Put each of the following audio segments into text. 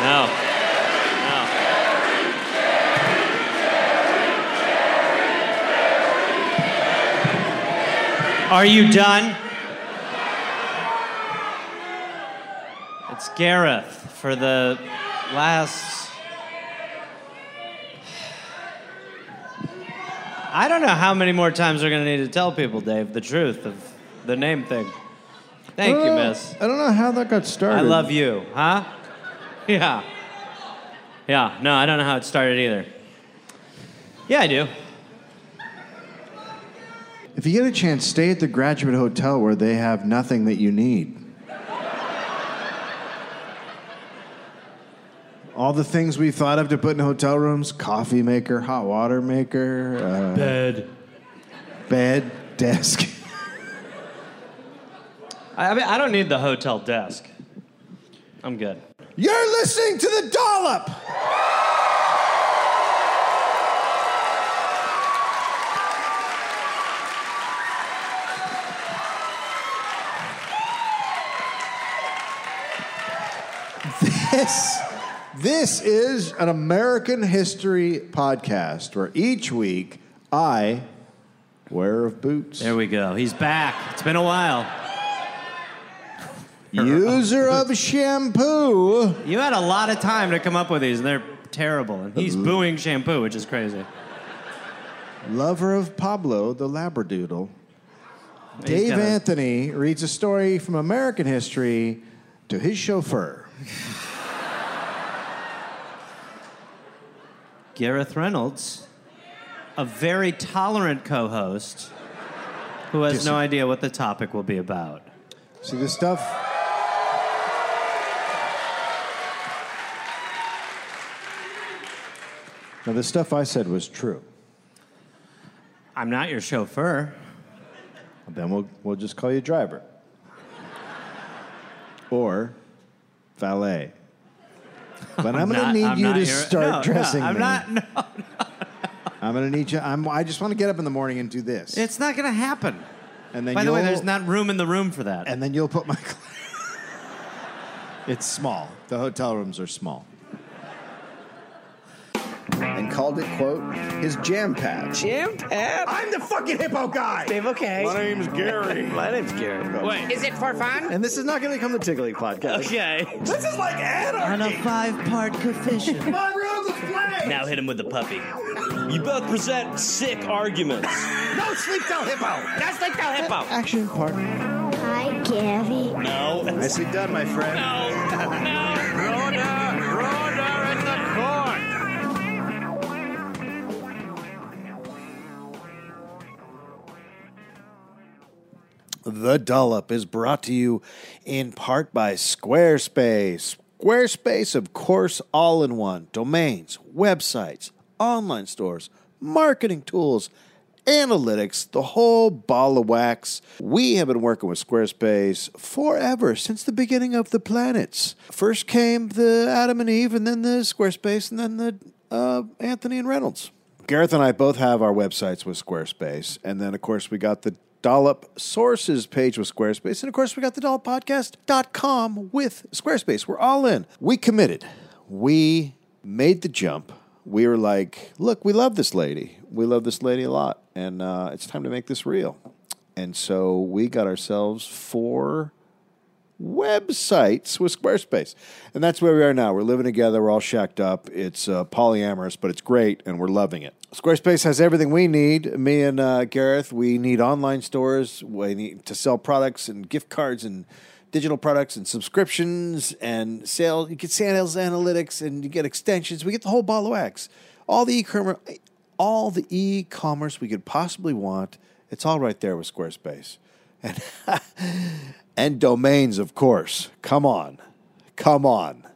No. No. Are you done? It's Gareth for the last. I don't know how many more times we're going to need to tell people, Dave, the truth of the name thing. Thank you, Well, miss. Uh, I don't know how that got started. I love you, huh? Yeah. Yeah, no, I don't know how it started either. Yeah, I do. If you get a chance, stay at the Graduate Hotel where they have nothing that you need. All the things we thought of to put in hotel rooms coffee maker, hot water maker, Bed. uh, bed, desk. I, I mean, I don't need the hotel desk. I'm good. You're listening to the dollop! This, this is an American history podcast where each week I wear of boots. There we go. He's back. It's been a while. User of shampoo. You had a lot of time to come up with these, and they're terrible. And he's booing shampoo, which is crazy. Lover of Pablo the Labradoodle. He's Dave got a- Anthony reads a story from American history to his chauffeur. Gareth Reynolds, a very tolerant co host who has no idea what the topic will be about. See this stuff? Now, the stuff I said was true. I'm not your chauffeur. Then we'll, we'll just call you driver. Or valet. But I'm, going to Not- need I'm you not to your- start No, no, dressing I'm me. not. No, I'm going to need you. I'm, I just want to get up in the morning and do this. it's not going to happen. and then By the way, you'll- there's not room in the room for that. and then you'll put my. it's small. The hotel rooms are small. and called it, quote, his jam patch. Jim? Pat? I'm the fucking hippo guy! Dave, okay. My name's Gary. My name's Gary. Wait. Is it for fun? And this is not gonna become the Tickling podcast. Okay. This is like On a anarchy! five-part coefficient. My room is playing! Now hit him with the puppy. You both present sick arguments. No sleep till hippo! That's like the hippo. Action part. Hi, Gary. No. No. Nicely done, my friend. The Dollop is brought to you in part by Squarespace. Squarespace, of course, all in one domains, websites, online stores, marketing tools, analytics, the whole ball of wax. We have been working with Squarespace forever, since the beginning of the planets. First came the Adam and Eve, and then the Squarespace, and then the uh, Anthony and Reynolds. Gareth and I both have our websites with Squarespace. And then, of course, we got the Dollop Sources page with Squarespace. And, of course, we got the dolloppodcast.com with Squarespace. We're all in. We committed. We made the jump. We were like, look, we love this lady. We love this lady a lot. And uh, it's time to make this real. And so we got ourselves four websites with Squarespace. And that's where we are now. We're living together. We're all shacked up. It's uh, polyamorous, but it's great, and we're loving it. Squarespace has everything we need. Me and uh, Gareth, we need online stores. We need to sell products and gift cards and digital products and subscriptions and sales. You get sales analytics and you get extensions. We get the whole ball of wax. All the e-commerce, all the e-commerce we could possibly want. It's all right there with Squarespace and domains, of course. Come on. Come on.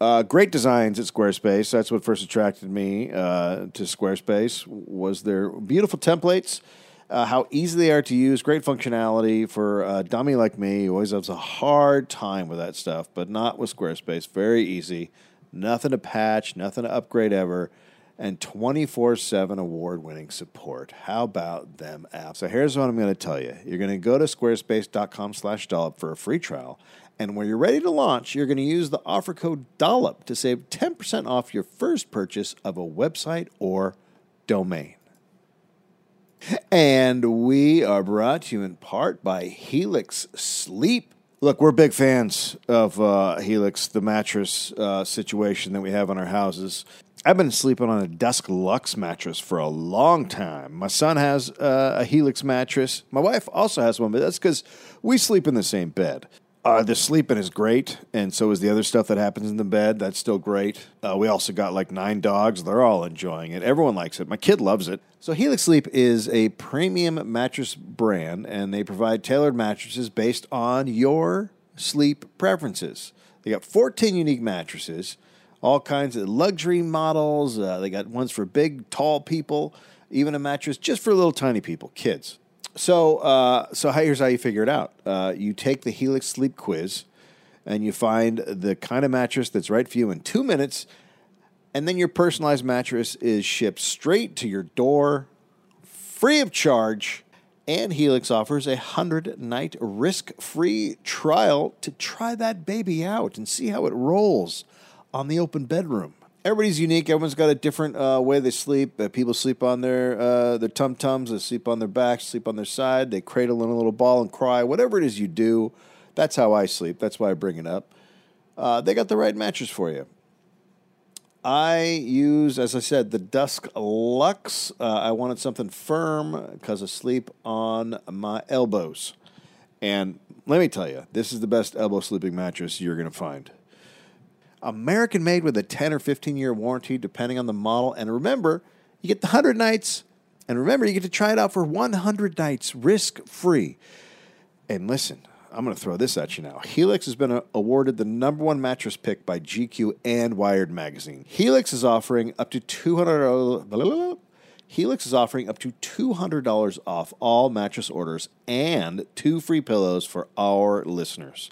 Uh, great designs at Squarespace. That's what first attracted me uh, to Squarespace was their beautiful templates, uh, how easy they are to use, great functionality for a dummy like me who always has a hard time with that stuff, but not with Squarespace. Very easy. Nothing to patch, nothing to upgrade ever. and 24 7 award winning support. How about them apps? So here's what I'm going to tell you you're going to go to squarespace.com slash dollop for a free trial. And when you're ready to launch, you're going to use the offer code DOLLOP to save 10% off your first purchase of a website or domain. And we are brought to you in part by Helix Sleep. Look, we're big fans of uh, Helix, the mattress uh, situation that we have in our houses. I've been sleeping on a Dusk Lux mattress for a long time. My son has uh, a Helix mattress. My wife also has one, but that's because we sleep in the same bed. Uh, the sleeping is great, and so is the other stuff that happens in the bed. That's still great. Uh, we also got like nine dogs. They're all enjoying it. Everyone likes it. My kid loves it. So, Helix Sleep is a premium mattress brand, and they provide tailored mattresses based on your sleep preferences. They got 14 unique mattresses, all kinds of luxury models. Uh, they got ones for big, tall people, even a mattress just for little tiny people, kids. So, uh, so how, here's how you figure it out. Uh, you take the Helix Sleep Quiz, and you find the kind of mattress that's right for you in two minutes, and then your personalized mattress is shipped straight to your door, free of charge. And Helix offers a hundred night risk free trial to try that baby out and see how it rolls on the open bedroom. Everybody's unique. Everyone's got a different uh, way they sleep. Uh, people sleep on their uh, their tum tums. They sleep on their backs. Sleep on their side. They cradle in a little ball and cry. Whatever it is you do, that's how I sleep. That's why I bring it up. Uh, they got the right mattress for you. I use, as I said, the Dusk Lux. Uh, I wanted something firm because I sleep on my elbows. And let me tell you, this is the best elbow sleeping mattress you're going to find. American made with a 10 or 15 year warranty, depending on the model. And remember, you get the 100 nights. And remember, you get to try it out for 100 nights risk free. And listen, I'm going to throw this at you now. Helix has been uh, awarded the number one mattress pick by GQ and Wired magazine. Helix is offering up to 200 blah, blah, blah, blah. Helix is offering up to $200 off all mattress orders and two free pillows for our listeners.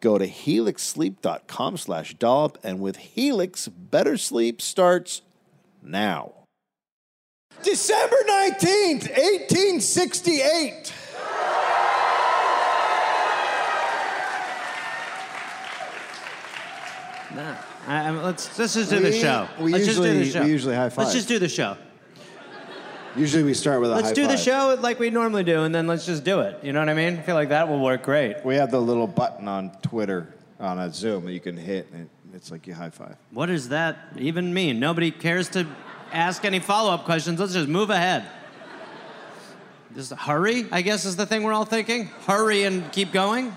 Go to helixsleep.com slash dollop, and with Helix, better sleep starts now. December 19th, 1868. Nah. Uh, I, I, let's, let's just do the We- show. we let's just do the usually- show. we usually high five. Let's just do the show. Usually we start with a Let's high do the five. show like we normally do, and then let's just do it. You know what I mean? I feel like that will work great. We have the little button on Twitter on a Zoom that you can hit, and it- it's like you high five. What does that even mean? Nobody cares to ask any follow up questions. Let's just move ahead. Just hurry, I guess, is the thing we're all thinking. Hurry and keep going.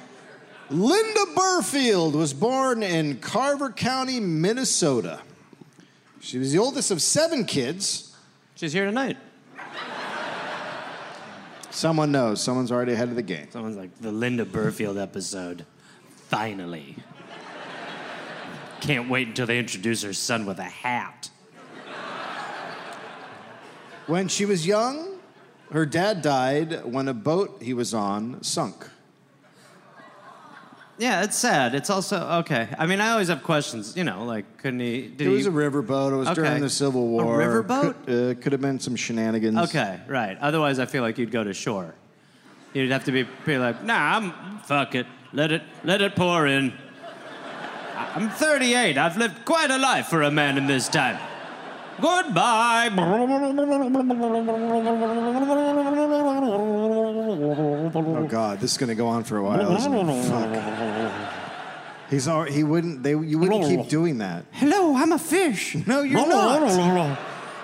Linda Burfield was born in Carver County, Minnesota. She was the oldest of seven kids. She's here tonight. Someone knows. Someone's already ahead of the game. Someone's like, the Linda Burfield episode. Finally. Can't wait until they introduce her son with a hat. When she was young, her dad died when a boat he was on sunk. Yeah, it's sad. It's also, okay. I mean, I always have questions, you know, like, couldn't he? Did It was he, a riverboat. It was Okay. during the Civil A War. riverboat? Could, uh, could have been some shenanigans. Okay, right. Otherwise, I feel like you'd go to shore. You'd have to be, be like, nah, I'm fuck it. Let it let it pour in. I- I'm 38. I've lived quite a life for a man in this time. Goodbye. Oh God, this is going to go on for a while. Isn't it? Fuck. He's already, he wouldn't. They you wouldn't keep doing that. Hello, I'm a fish. No, you're not.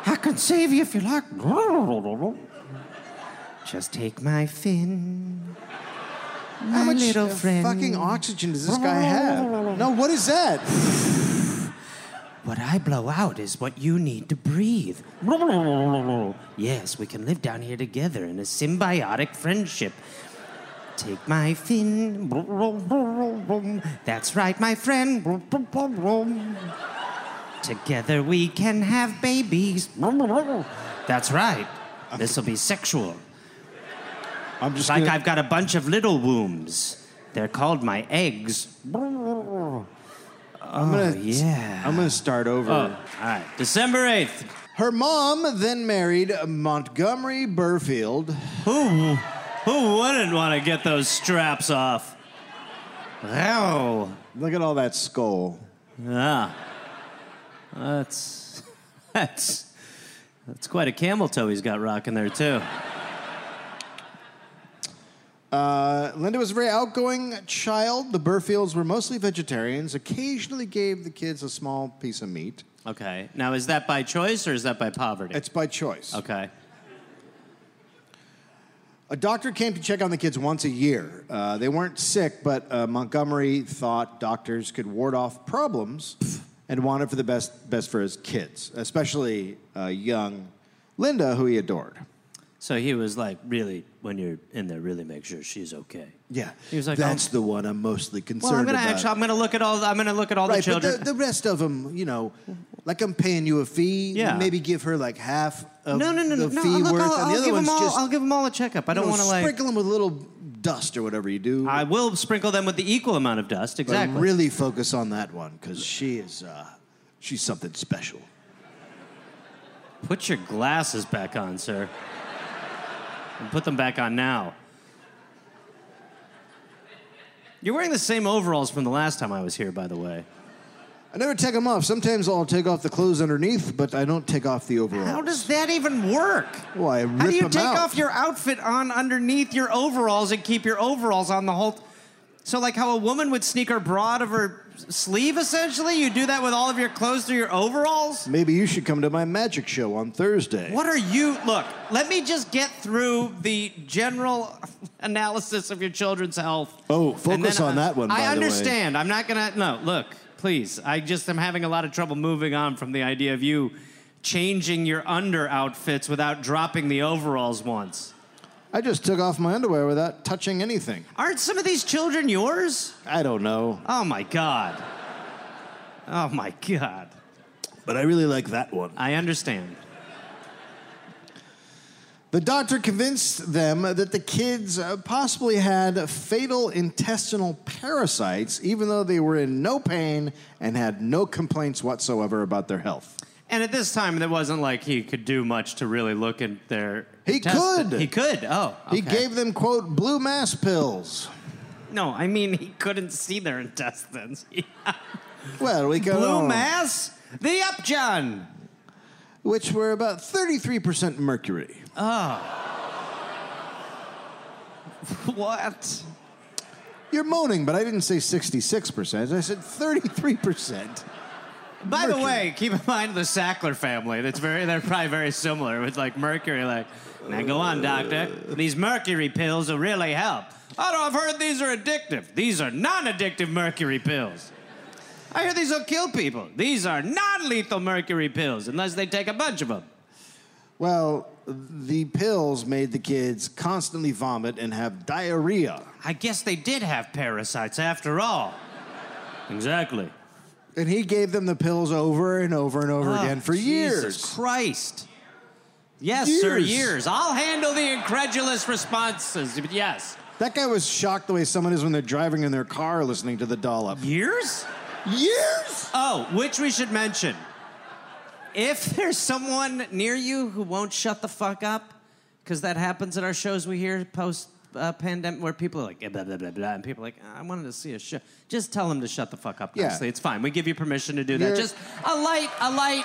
I can save you if you like. Just take my fin. How much uh, fucking oxygen does this guy have? No, what is that? What I blow out is what you need to breathe. Yes, we can live down here together in a symbiotic friendship. Take my fin. That's right, my friend. Together we can have babies. That's right. This will be sexual. I'm just Like gonna- I've got a bunch of little wombs. They're called my eggs. I'm gonna, yeah. Oh, I'm gonna start over. Uh. Oh, all right. December 8th. Her mom then married Montgomery Burfield. Who, who wouldn't want to get those straps off? Wow. Look at all that skull. Yeah. That's that's that's quite a camel toe he's got rocking there too. Uh, Linda was a very outgoing child. The Burfields were mostly vegetarians, occasionally gave the kids a small piece of meat. Okay. Now is that by choice or is that by poverty? It's by choice. okay. A doctor came to check on the kids once a year. Uh, they weren't sick, but uh, Montgomery thought doctors could ward off problems and wanted for the best best for his kids, especially uh, young Linda, who he adored. So he was like, really, when you're in there, really make sure she's okay. Yeah, He was like, "That's "Oh." the one I'm mostly concerned Well, I'm gonna about." actually, I'm gonna look at all, I'm gonna look at all the uh, right, children. but the, the rest of them, you know, like I'm paying you a fee. Yeah. maybe give her like half of no, no, no, no. the no fee look, worth, I'll, and I'll the other give one's them all, just I'll give them all a checkup. I don't want to like. sprinkle them with a little dust or whatever you do. I will sprinkle them with the equal amount of dust. But Exactly. really focus on that one because she is, uh, she's something special. Put your glasses back on, sir. And put them back on now. You're wearing the same overalls from the last time I was here, by the way. I never take them off. Sometimes I'll take off the clothes underneath, but I don't take off the overalls. How does that even work? Well, I How rip do you 'em take out. off your outfit on underneath your overalls and keep your overalls on the whole? so, like how a woman would sneak her bra out of her sleeve, essentially, you do that with all of your clothes through your overalls? Maybe you should come to my magic show on Thursday. What are you? Look, let me just get through the general analysis of your children's health. Oh, And focus then, on uh, that one, by I the way. understand. I'm not gonna. No, look, please. I just am having a lot of trouble moving on from the idea of you changing your under outfits without dropping the overalls once. I just took off my underwear without touching anything. Aren't some of these children yours? I don't know, Oh my god. Oh my god. but I really like that one. I understand. The doctor convinced them that the kids uh, possibly had fatal intestinal parasites, even though they were in no pain and had no complaints whatsoever about their health. And at this time, it wasn't like he could do much to really look in their. He intestine. could. He could. Oh. He okay. gave them, quote, blue mass pills. No, I mean he couldn't see their intestines. Oh. Well, we go Blue on. mass, the upjohn. Which were about 33% mercury. What? You're moaning, but I didn't say 66%. I said 33%. By the Mercury. way, keep in mind the Sackler family. That's very. They're probably very similar with like mercury. Like, now go on, doctor. These mercury pills will really help. Oh no, I've heard these are addictive. These are non-addictive mercury pills. I hear these will kill people. These are non-lethal mercury pills unless they take a bunch of them. Well, the pills made the kids constantly vomit and have diarrhea. I guess they did have parasites after all. Exactly. And he gave them the pills over and over and over Oh, again for Jesus years. Christ. Yes, sir, Years. years. I'll handle the incredulous responses. but Yes. That guy was shocked the way someone is when they're driving in their car listening to the dollop. Years? Years? Oh, which we should mention. If there's someone near you who won't shut the fuck up, because that happens at our shows we hear post uh, pandemic, where people are like, "Eh, blah, blah, blah, blah, and people are like, "Ah, I wanted to see a show. Just tell them to shut the fuck up Yeah. nicely. It's fine. We give you permission to do that. You're- Just a light, a light,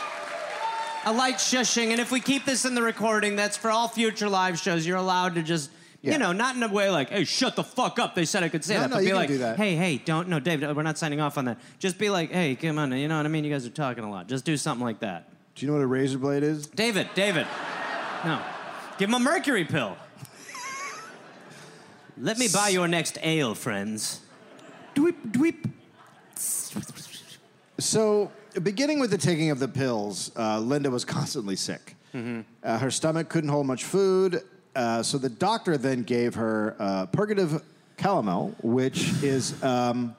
a light shushing. And if we keep this in the recording, that's for all future live shows. You're allowed to just. Yeah. You know, not in a way like, "Hey, shut the fuck up." They said I could say No, that, no, but you be can like, do that. "Hey, hey, don't no, Dave, we're not signing off on that." Just be like, "Hey, come on, you know what I mean? You guys are talking a lot. Just do something like that." Do you know what a razor blade is? David, David. No. Give him a mercury pill. Let me buy your next ale, friends. Dweep, dweep. So, beginning with the taking of the pills, uh, Linda was constantly sick. Mm-hmm. Uh, her stomach couldn't hold much food, uh, so the doctor then gave her uh, purgative calomel, which is. Um,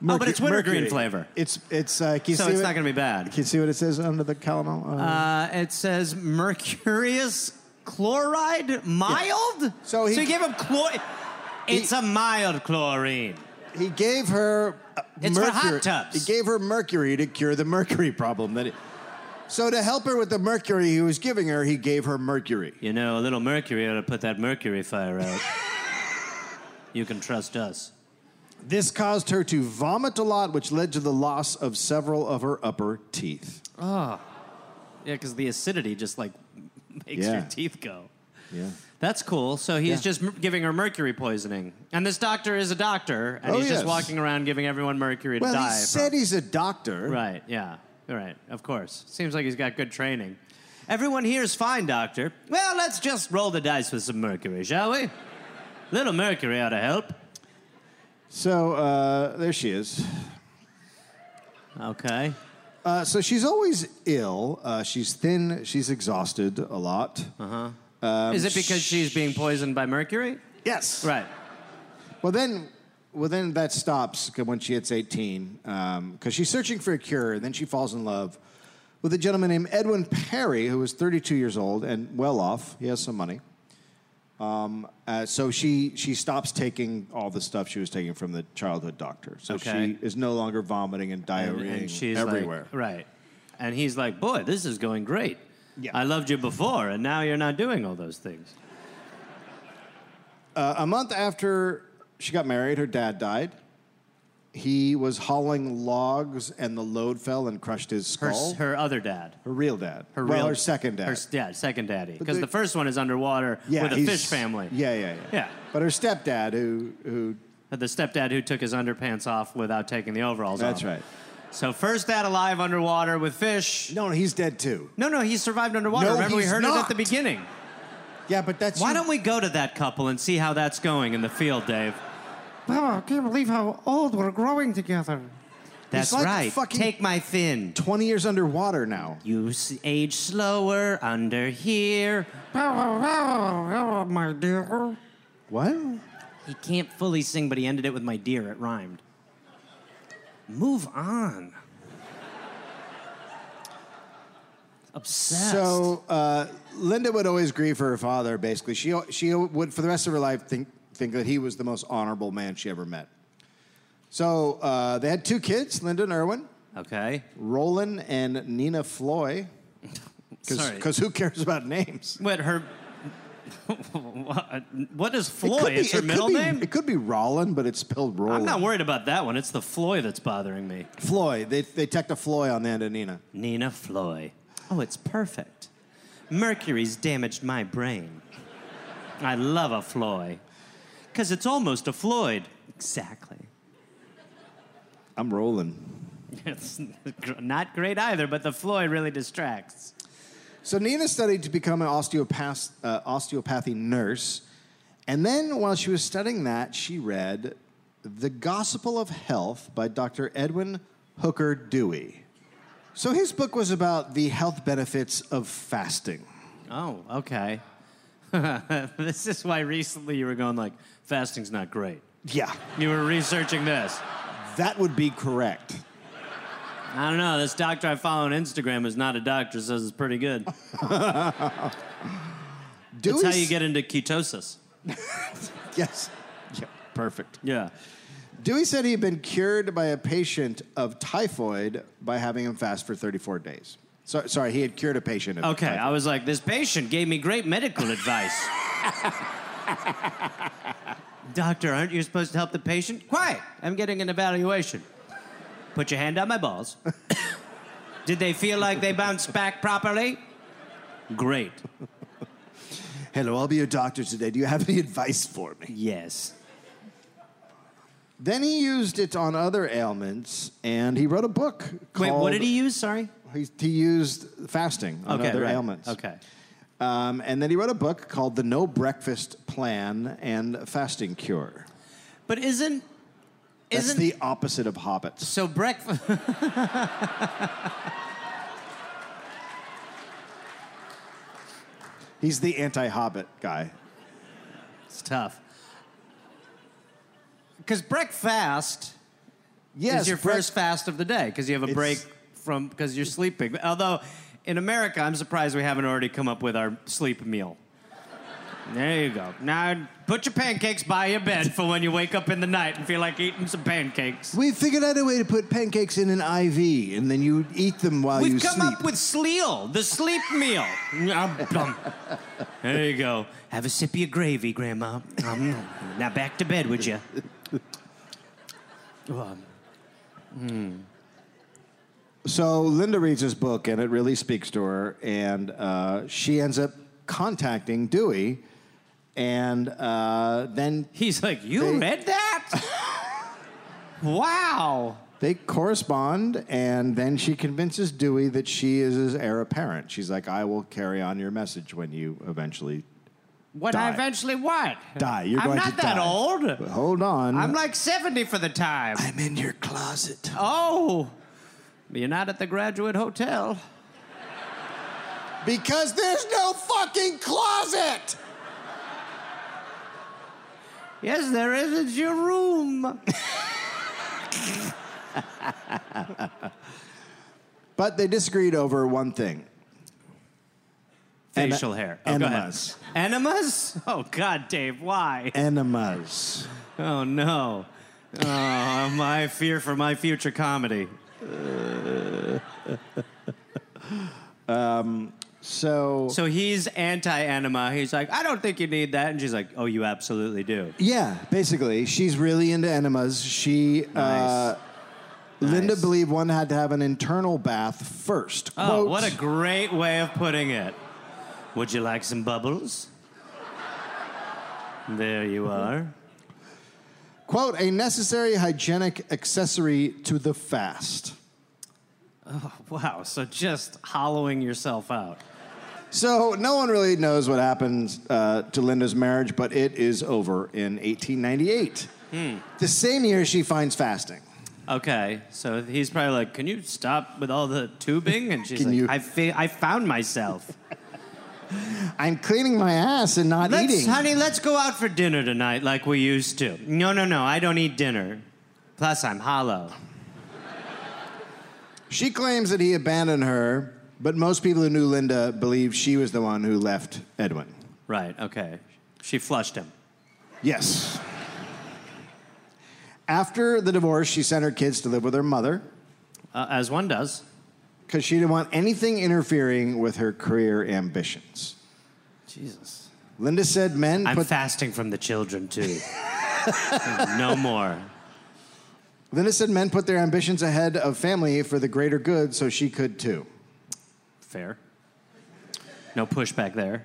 Oh, but it's wintergreen mercury. flavor. It's it's. Uh, can you So see it's what- not gonna be bad. Can you see what it says under the calomel? Uh, Uh, it says mercurius chloride mild? So he- you gave him chlor. It's a mild chlorine. he gave her. uh, It's for hot mercury- tubs. He gave her mercury to cure the mercury problem. That it, So to help her with the mercury he was giving her, he gave her mercury. You know, a little mercury ought to put that mercury fire out. you can trust us. This caused her to vomit a lot, which led to the loss of several of her upper teeth. Yeah, because the acidity just like makes Yeah. your teeth go. Yeah. That's cool. So he's Yeah. just m- giving her mercury poisoning, and this doctor is a doctor, and Oh, he's just yes. walking around giving everyone mercury to Well, die. he said from. he's a doctor. right. Yeah. All right. Of course. Seems like he's got good training. Everyone here is fine, doctor. Well, let's just roll the dice with some mercury, shall we? Little mercury ought to help. So uh, there she is. Okay. Uh, so she's always ill. Uh, she's thin. She's exhausted a lot. Uh-huh. Um, is it because she's being poisoned by mercury? Yes. Right. Well then, well then that stops when she hits eighteen because she's searching for a cure. And then she falls in love with a gentleman named Edwin Perry, who is thirty-two years old and well off. He has some money. Um, uh, so she she stops taking all the stuff she was taking from the childhood doctor. So Okay. she is no longer vomiting and and, diarrhea and she's everywhere. Like, right. And he's like, boy, this is going great. Yeah. I loved you before, and now you're not doing all those things. Uh, a month after she got married, her dad died. He was hauling logs, and the load fell and crushed his Her, skull. her other dad. Her real dad. Her well, real, her second dad. Her s- dad, second daddy. But Because they- the first one is underwater with a he's- fish family. Yeah, yeah, yeah. Yeah. But her stepdad, who who The stepdad who took his underpants off without taking the overalls that's off. right. So first dad alive underwater with fish. No, he's dead too. No, no, he survived underwater. No, Remember, we he's heard it at not. the beginning. Yeah, but that's Why don't we go to that couple and see how that's going in the field, Dave? Wow, I can't believe how old we're growing together. That's like right. fucking- Take my fin. twenty years underwater now? You s- age slower under here. Wow, wow, wow, my dear. What? He can't fully sing, but he ended it with my dear. It rhymed. Move on. Obsessed. So uh, Linda would always grieve for her father. Basically, she she would for the rest of her life think think that he was the most honorable man she ever met. So uh, they had two kids, Linda and Irwin, okay. Roland and Nina Floy. Sorry. Because who cares about names? What her? what what is It could Floyd? be- it's her it could middle be- name. It could be Roland, but it's spelled Roland. I'm not worried about that one. It's the Floyd that's bothering me. Floyd. They they tacked a Floyd on the end of Nina. Nina Floy. Oh, it's perfect. Mercury's damaged my brain. I love a Floy. Because it's almost a Floyd. Exactly. I'm rolling. It's not great either, but the Floyd really distracts. So Nina studied to become an osteopath, uh, osteopathy nurse, and then while she was studying that, she read "The Gospel of Health" by Dr. Edwin Hooker Dewey. So his book was about the health benefits of fasting. Oh, okay. this is why recently you were going like, fasting's not great. Yeah, You were researching this. that would be correct. I don't know. This doctor I follow on Instagram is not a doctor, says it's pretty good. That's Dewey's, how you get into ketosis. yes. Yeah, perfect. Yeah. Dewey said he had been cured by a patient of typhoid by having him fast for 34 days. So, sorry, he had cured a patient. Of Okay, typhoid. I was like, this patient gave me great medical advice. Doctor, aren't you supposed to help the patient? Quiet, I'm getting an evaluation. Put your hand on my balls. Did they feel like they bounced back properly? Great. Hello, I'll be your doctor today. Do you have any advice for me? Yes. Then he used it on other ailments, and he wrote a book. Wait, called- what did he use? Sorry. He, he used fasting on other right. ailments. Okay. Um, and then he wrote a book called The No Breakfast Plan and Fasting Cure. But isn't That's isn't the opposite of hobbits. so breakfast? He's the anti-hobbit guy. it's tough. Because breakfast. Yes, is your break- first fast of the day because you have a It's- break from because you're sleeping. Although in America, I'm surprised we haven't already come up with our sleep meal. There you go. Now put your pancakes by your bed for when you wake up in the night and feel like eating some pancakes. We figured out a way to put pancakes in an IV, and then you eat them while you We've sleep. come up with Sleel, the sleep meal. Nom, nom. there you go. Have a sip of your gravy, Grandma. Nom, nom. now back to bed, would you? So Linda reads this book, and it really speaks to her, and uh, she ends up contacting Dewey, and uh, then He's like, you They- read that? wow. they correspond, and then she convinces Dewey that she is his heir apparent. She's like, "I will carry on your message when you eventually What Die. I eventually what? die. You're I'm going not to that die." old. But hold on, I'm like 70 for the time. I'm in your closet. Oh, you're not at the graduate hotel. Because there's no fucking closet. Yes, there is. It's your room. But they disagreed over one thing. Ena- Facial hair. Oh, go ahead. enemas. Enemas? Oh, God, Dave, why? Enemas. Oh, no. Oh, my fear for my future comedy. So he's anti enema. He's like, I don't think you need that. And she's like, Oh, you absolutely do. Yeah, basically, she's really into enemas. She, uh, Linda Nice. believed one had to have an internal bath first. Oh, Quote, what a great way of putting it. Would you like some bubbles? There you are. quote a necessary hygienic accessory to the fast. Wow, so just hollowing yourself out. So no one really knows what happens uh, to Linda's marriage, but it is over in 1898. Hmm. The same year she finds fasting. Okay, so he's probably like, "Can you stop with all the tubing?" And she's Can like, you- "I fi- I found myself." I'm cleaning my ass and not let's, eating. honey, let's go out for dinner tonight, like we used to. No, no, no, I don't eat dinner. Plus, I'm hollow. She claims that he abandoned her, but most people who knew Linda believe she was the one who left Edwin. Right. Okay. She flushed him. Yes. After the divorce, she sent her kids to live with her mother Uh, as one does. because she didn't want anything interfering with her career ambitions. Jesus. Linda said men I'm put fasting from the children too. no more. Linda said men put their ambitions ahead of family for the greater good, so she could too. Fair. No pushback there.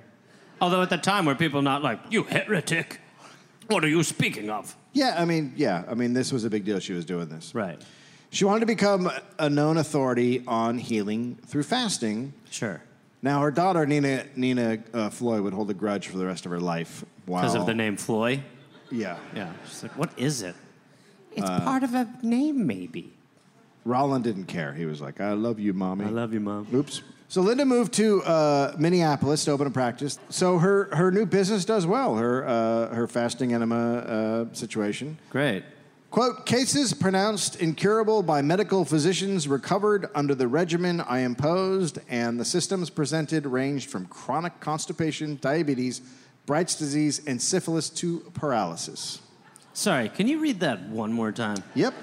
Although at the time, were people not like, "You heretic"? What are you speaking of? Yeah, I mean, yeah, I mean, this was a big deal. She was doing this. Right. She wanted to become a known authority on healing through fasting. Sure. Now, her daughter Nina Nina uh, Floyd would hold a grudge for the rest of her life. Wow. Because of the name Floyd? Yeah. Yeah. She's like, what is it? It's part of a name, maybe. Roland didn't care. He was like, "I love you, mommy." I love you, Mom. Oops. So Linda moved to uh, Minneapolis to open a practice. So her, her new business does well. Her uh, her fasting enema uh, situation. Great. Quote, cases pronounced incurable by medical physicians recovered under the regimen I imposed, and the systems presented ranged from chronic constipation, diabetes, Bright's disease, and syphilis to paralysis. Sorry, can you read that one more time? Yep.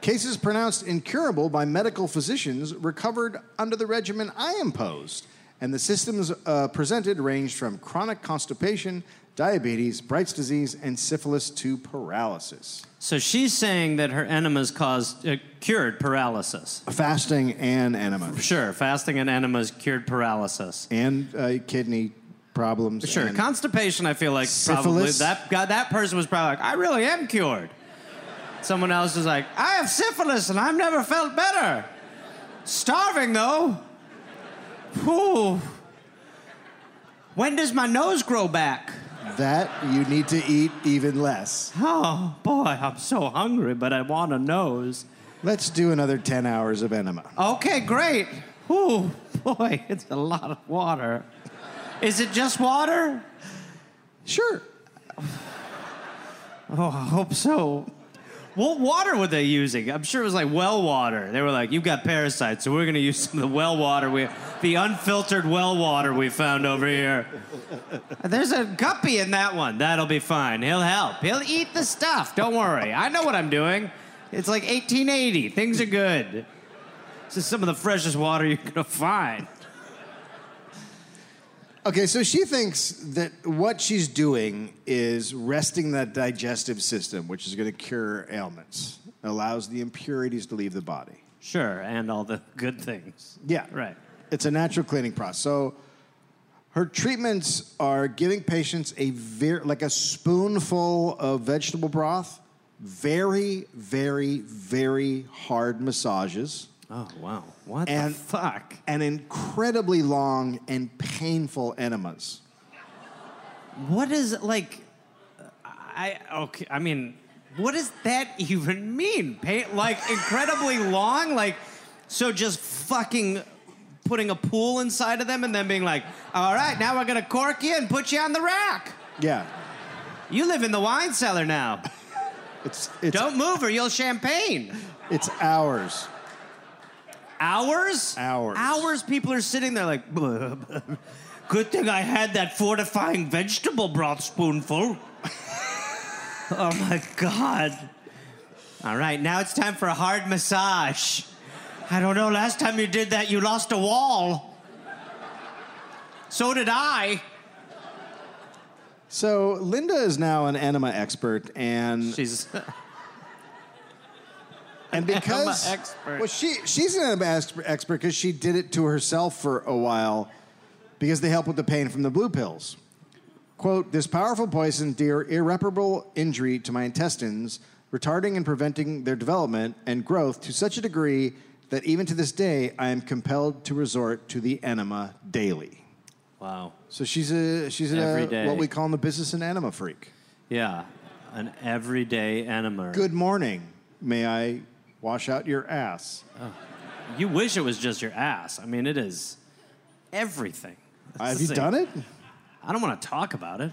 Cases pronounced incurable by medical physicians recovered under the regimen I imposed, and the systems uh, presented ranged from chronic constipation, diabetes, Bright's disease, and syphilis to paralysis. So she's saying that her enemas caused, uh, cured paralysis. Fasting and enema. Sure, fasting and enemas cured paralysis. and uh, kidney problems. Sure, and- constipation, I feel like Syphilis? probably that, guy, that person was probably like, I really am cured. Someone else is like, I have syphilis and I've never felt better. Starving though. Whew. When does my nose grow back? that you need to eat even less. Oh boy, I'm so hungry, but I want a nose. Let's do another 10 hours of enema. Okay, great. Whew, boy, it's a lot of water. Is it just water? Sure. Oh, I hope so. What water were they using? I'm sure it was like well water. They were like, "You've got parasites, so we're gonna use some of the well water we, the unfiltered well water we found over here. There's a guppy in that one. That'll be fine. He'll help. He'll eat the stuff. Don't worry. I know what I'm doing. It's like 1880. Things are good. This is some of the freshest water you're gonna find. Okay, so she thinks that what she's doing is resting the digestive system, which is going to cure ailments, allows the impurities to leave the body. Sure, and all the good things. Yeah. Right. It's a natural cleaning process. So her treatments are giving patients a ver- like a spoonful of vegetable broth, very, very, very hard massages, Oh wow. What And- the fuck? and incredibly long and painful enemas. What is like? I okay. I mean, what does that even mean? Pa- like incredibly long. Like so, just fucking putting a pool inside of them and then being like, "All right, now we're gonna cork you and put you on the rack. Yeah. You live in the wine cellar now. It's it's Don't move or you'll champagne." it's hours. Hours? Hours. Hours people are sitting there like, good thing I had that fortifying vegetable broth spoonful. oh my God. All right, now it's time for a hard massage. I don't know, last time you did that, you lost a wall. So did I. So Linda is now an enema expert, and She's. and because enema expert. well, she she's an enema ex- expert because she did it to herself for a while, because they help with the pain from the blue pills. Quote: This powerful poison dear irreparable injury to my intestines, retarding and preventing their development and growth to such a degree that even to this day I am compelled to resort to the enema daily. Wow. So she's a she's Every a, day. what we call in the business an enema freak. Yeah, an everyday enema. Good morning. May I wash out your ass? You wish it was just your ass. I mean, it is everything. Have you done it? I don't want to talk about it.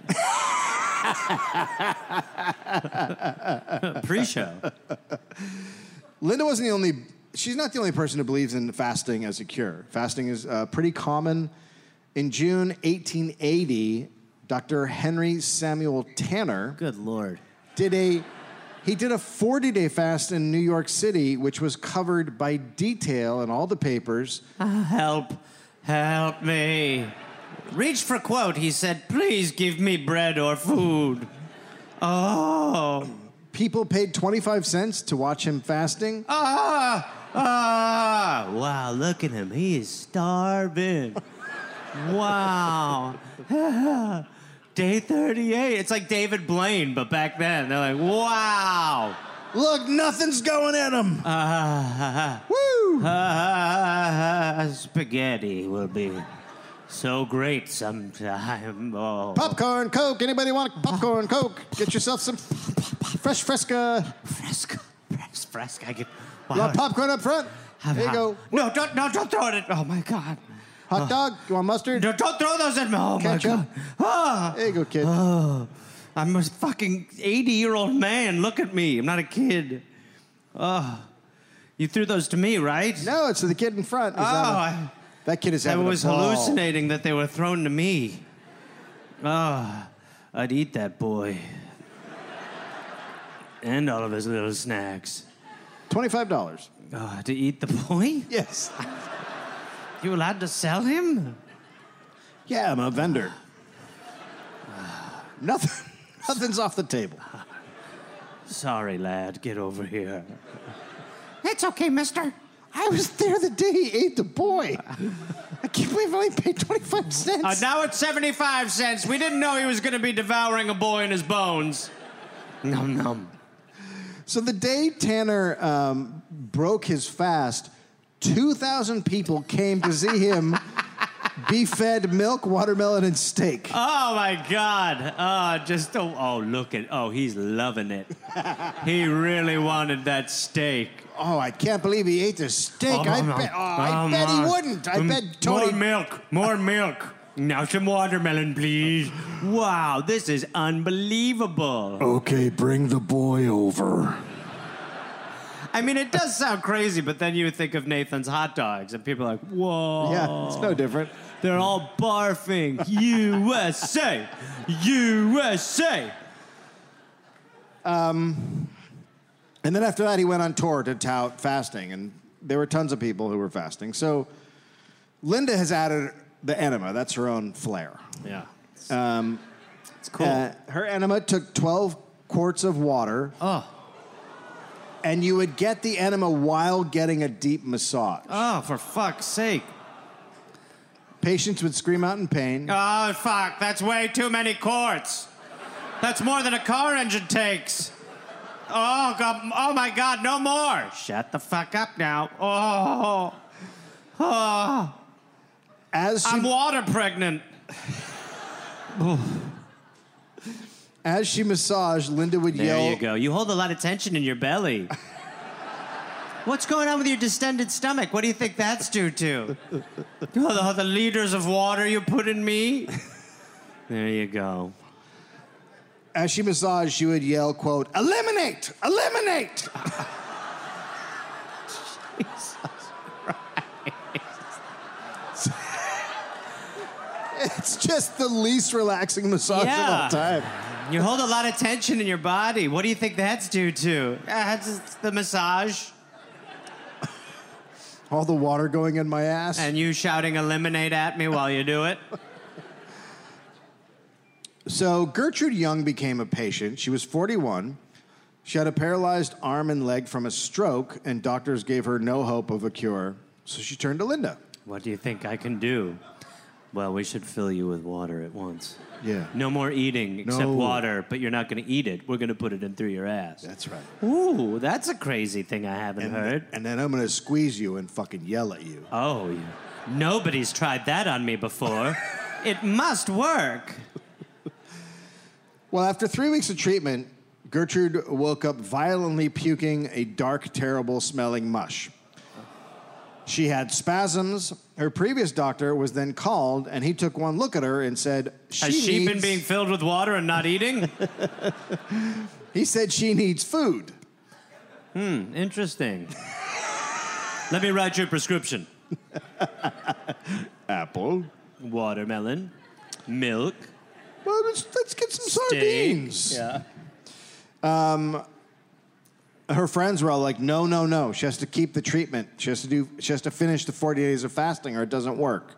Pre-show. Linda wasn't the only. She's not the only person who believes in fasting as a cure. Fasting is uh, pretty common. In June 1880, Dr. Henry Samuel Tanner Good lord. did a he did a 40 day fast in New York City, which was covered by detail in all the papers. Help, help me. Reach for quote. He said, "Please give me bread or food." Oh, People paid 25 cents to watch him fasting. ah, ah! Wow, look at him. He is starving. wow. Day 38. It's like David Blaine, but back then they're like, wow. Look, nothing's going in him. Woo! Ah, spaghetti will be so great sometime. Oh. Popcorn, Coke. Anybody want popcorn, Coke? Get yourself some fresh fresca. Fresca, fres- fresca. I get. You want popcorn up front? There you go. No, don't, no, don't throw it. At, oh my God. Hot dog. You want mustard? No, don't throw those at me. Oh my Ketchup. God. Ah. There you go, kid. Oh, I'm a fucking 80 year old man. Look at me. I'm not a kid. Oh, you threw those to me, right? No, uh, it's the kid in front. Is Oh, having- I, that kid is I having was a ball. hallucinating that they were thrown to me. Ah, I'd eat that boy. And all of his little snacks. Twenty-five dollars. Ah, to eat the boy? Yes. You allowed to sell him? Yeah, I'm a vendor. Nothing. Nothing's off the table. Sorry, lad. Get over here. It's okay, mister. I was there the day he ate the boy. I can't believe I only paid twenty-five cents. Uh, now it's 75 cents. We didn't know he was going to be devouring a boy in his bones. Nom nom. So the day Tanner um, broke his fast, 2,000 people came to see him be fed milk, watermelon, and steak. Oh my God! Oh, just oh, oh, look at oh, he's loving it. he really wanted that steak. Oh, I can't believe he ate the steak. Oh, I, nom, bet, oh, nom. I Nom, bet he nom. wouldn't. I Mm, bet Tony. More milk. More milk. Now some watermelon, please. Wow, this is unbelievable. Oh. okay, bring the boy over. I mean, it does sound crazy, but then you think of Nathan's hot dogs, and people are like, whoa. Yeah, it's no different. They're all barfing, USA, USA. And then after that, he went on tour to tout fasting, and there were tons of people who were fasting. So Linda has added the enema. That's her own flair. Yeah. Um, It's cool. her enema took 12 quarts of water. Oh. And you would get the enema while getting a deep massage. Oh, for fuck's sake. Patients would scream out in pain. Oh, fuck, that's way too many quarts. That's more than a car engine takes. Oh, God, oh my God, no more. Shut the fuck up now. Oh, oh As she I'm water pregnant. as she massaged, Linda would There yell. you go. You hold a lot of tension in your belly. What's going on with your distended stomach? What do you think that's due to? Oh, the, the liters of water you put in me? There you go. As she massaged, she would yell, "Quote: Eliminate! Eliminate!" it's just the least relaxing massage Yeah. of all time. You hold a lot of tension in your body. What do you think that's due to? Ah, it's just the massage All the water going in my ass. and you shouting eliminate at me while you do it. So Gertrude Young became a patient. She was 41. She had a paralyzed arm and leg from a stroke, and doctors gave her no hope of a cure. So she turned to Linda. What do you think I can do? Well, we should fill you with water at once. Yeah. No more eating except No. water, but you're not going to eat it. We're going to put it in through your ass. That's right. Ooh, that's a crazy thing I haven't heard. And then I'm gonna squeeze you and fucking yell at you. Oh, yeah. nobody's tried that on me before. it must work. Well, after three weeks of treatment, Gertrude woke up violently puking a dark, terrible smelling mush. She had spasms. Her previous doctor was then called, and he took one look at her and said, she Has she been needs- being filled with water and not eating? He said she needs food. Interesting. Let me write your prescription. Apple. Watermelon, milk. Well, let's, let's get some Steak. sardines. Yeah. Um, her friends were all like, "No, no, no! She has to keep the treatment. She has to do. She has to finish the forty days of fasting, or it doesn't work."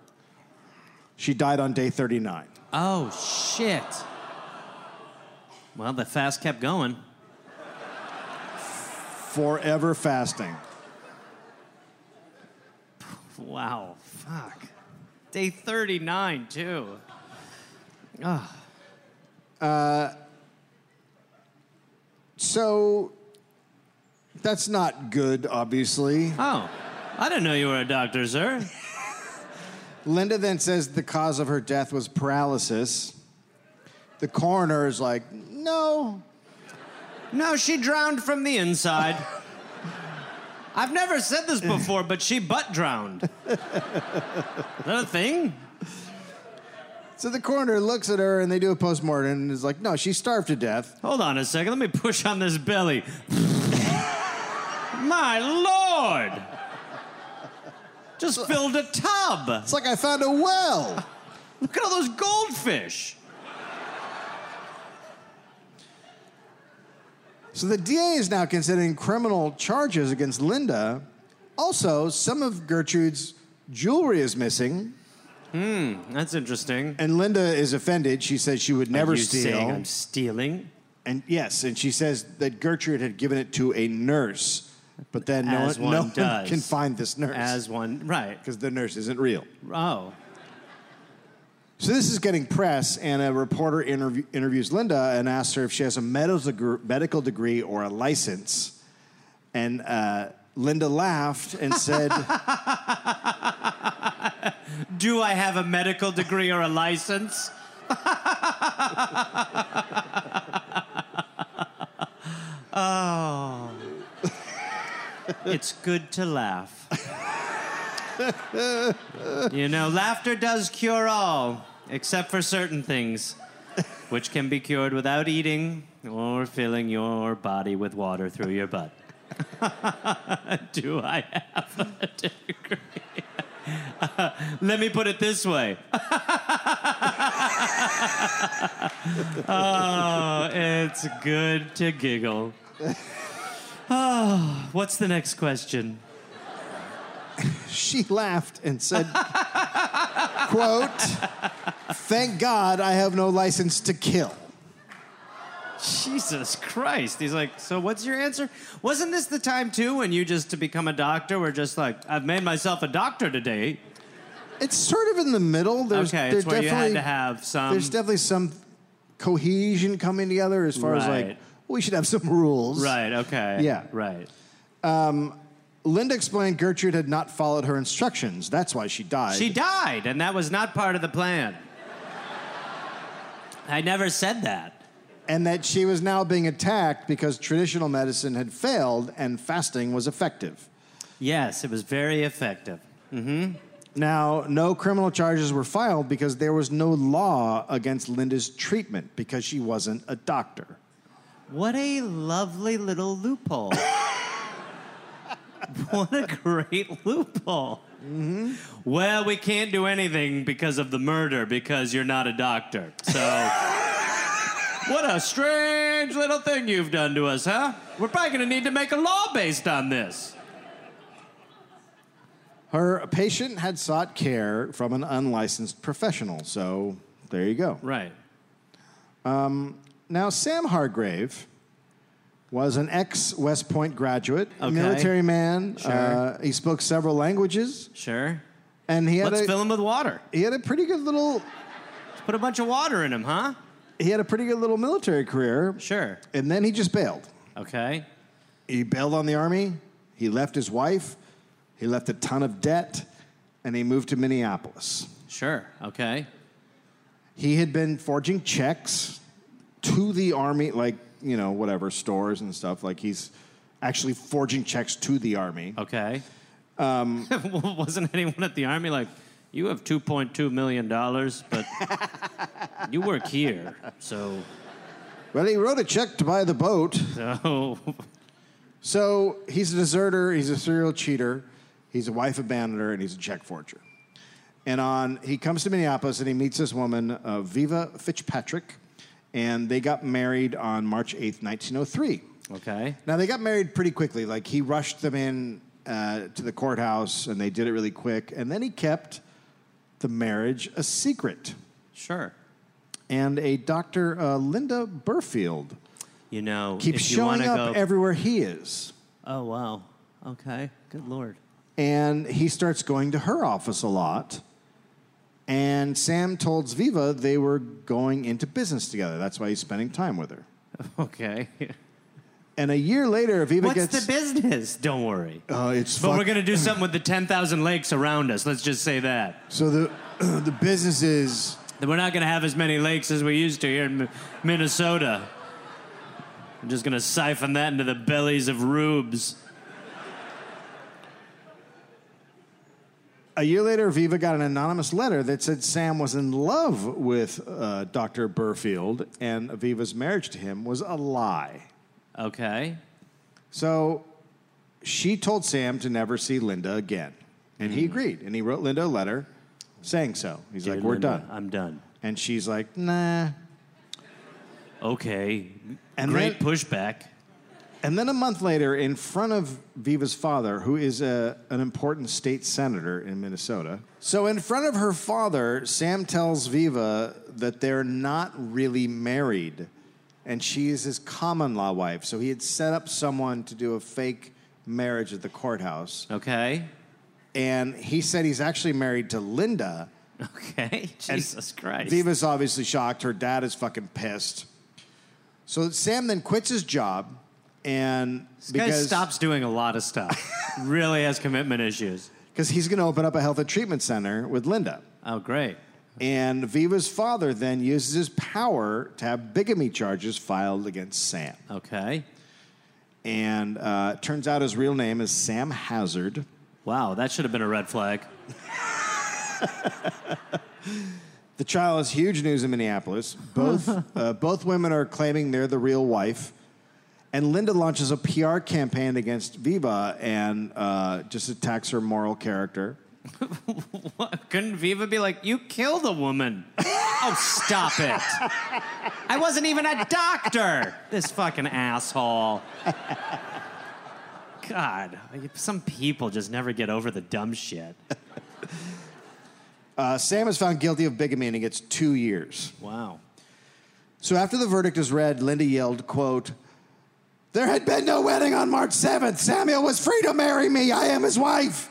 She died on day thirty-nine. Oh, shit. Well, the fast kept going. Forever fasting. Wow, fuck. Day 39, too. So that's not good, obviously. Oh, I didn't know you were a doctor, sir. Linda then says the cause of her death was paralysis. The coroner is like, "No, No, she drowned from the inside. I've never said this before, but she butt drowned. Is that a thing? So the coroner looks at her and they do a postmortem and is like, no, she starved to death. Hold on a second. Let me push on this belly. My lord! Just filled a tub. It's like I found a well. Look at all those goldfish. so the DA is now considering criminal charges against Linda. Also, some of Gertrude's jewelry is missing, That's interesting. and Linda is offended. She says she would never Are you saying steal. I'm stealing? And yes, and she says that Gertrude had given it to a nurse, but then no As one, one no does. can find this nurse As one, right? because the nurse isn't real. Oh, So this is getting press, and a reporter interview- interviews Linda and asks her if she has a medical degr- medical degree or a license. And uh, Linda laughed and said, do I have a medical degree or a license? oh, it's good to laugh. you know, laughter does cure all, except for certain things, which can be cured without eating or filling your body with water through your butt. Do I have a degree? Let me put it this way. oh, it's good to giggle. Oh, what's the next question? She laughed and said, quote, thank God I have no license to kill. Jesus Christ. He's like, so what's your answer? Wasn't this the time too when you just to become a doctor were just like, I've made myself a doctor today. It's sort of in the middle. There's, okay, there's it's where you had definitely to have some there's definitely some cohesion coming together as far as like Right. we should have some rules. Right, okay. Yeah. Right. Linda explained Gertrude had not followed her instructions. That's why she died. She died, and that was not part of the plan. I never said that. and that she was now being attacked because traditional medicine had failed and fasting was effective. Yes, it was very effective. Now, no criminal charges were filed because there was no law against Linda's treatment because she wasn't a doctor. What a lovely little loophole. what a great loophole. Well, we can't do anything because of the murder because you're not a doctor. So, what a strange little thing you've done to us, huh? We're probably going to need to make a law based on this. Her patient had sought care from an unlicensed professional, so there you go. Right. Now, Sam Hargrave was an ex West Point graduate, Okay. military man. Sure. Uh, he spoke several languages, Sure. and he had Let's a, fill him with water. he had a pretty good little Put a bunch of water in him, huh? he had a pretty good little military career. Sure. And then he just bailed. Okay. He bailed on the army. He left his wife. He left a ton of debt, and he moved to Minneapolis. Sure. Okay. He had been forging checks to the army, like you know, whatever stores and stuff. Like he's actually forging checks to the army. Okay. Um, Wasn't anyone at the army like, you have two point two million dollars, but you work here, so Well, he wrote a check to buy the boat. so So he's a deserter, he's a serial cheater, he's a wife abandoner, and he's a check forger. And on he comes to Minneapolis and he meets this woman, uh, Viva Fitzpatrick, and they got married on March 8th, 1903. okay. Now they got married pretty quickly. Like he rushed them in uh, to the courthouse, and they did it really quick. And then he kept the marriage a secret. Sure. And a doctor, uh, Linda Burfield, You know, keeps if you want showing to up go. everywhere he is. oh wow. Okay. Good lord. and he starts going to her office a lot. And Sam told Zviva they were going into business together. That's why he's spending time with her. Okay. And a year later, Aviva What's gets. the business? Don't worry. Uh, it's But we're fuck- gonna do something with the ten thousand lakes around us. Let's just say that. So the the business is that we're not going to have as many lakes as we used to here in Mi- Minnesota. I'm just going to siphon that into the bellies of rubes. a year later. Aviva got an anonymous letter that said Sam was in love with uh, Doctor Burfield, and Aviva's marriage to him was a lie. Okay. So she told Sam to never see Linda again. And he agreed. And he wrote Linda a letter saying so. He's like, Hmm. Dear we're Linda, done. I'm done. And she's like, nah. Okay. And Great then- pushback. And then a month later, in front of Viva's father, who is a, an important state senator in Minnesota. So, in front of her father, Sam tells Viva that they're not really married. And she is his common law wife. So, he had set up someone to do a fake marriage at the courthouse. Okay. and he said he's actually married to Linda. Okay. Jesus Christ. Viva's obviously shocked. Her dad is fucking pissed. So Sam then quits his job, and this guy because stops doing a lot of stuff. really has commitment issues. 'cause he's going to open up a health and treatment center with Linda. Oh, great. And Viva's father then uses his power to have bigamy charges filed against Sam. Okay. And uh, turns out his real name is Sam Hazard. Wow, that should have been a red flag. The trial is huge news in Minneapolis. Both uh, both women are claiming they're the real wife, And Linda launches a PR campaign against Viva and uh, just attacks her moral character. What? Couldn't Viva be like, you killed a woman? oh, stop it. I wasn't even a doctor. This fucking asshole. God, some people just never get over the dumb shit. Uh, Sam is found guilty of bigamy and he gets two years. Wow. So after the verdict is read, Linda yelled, quote, There had been no wedding on March 7th. Samuel was free to marry me. I am his wife.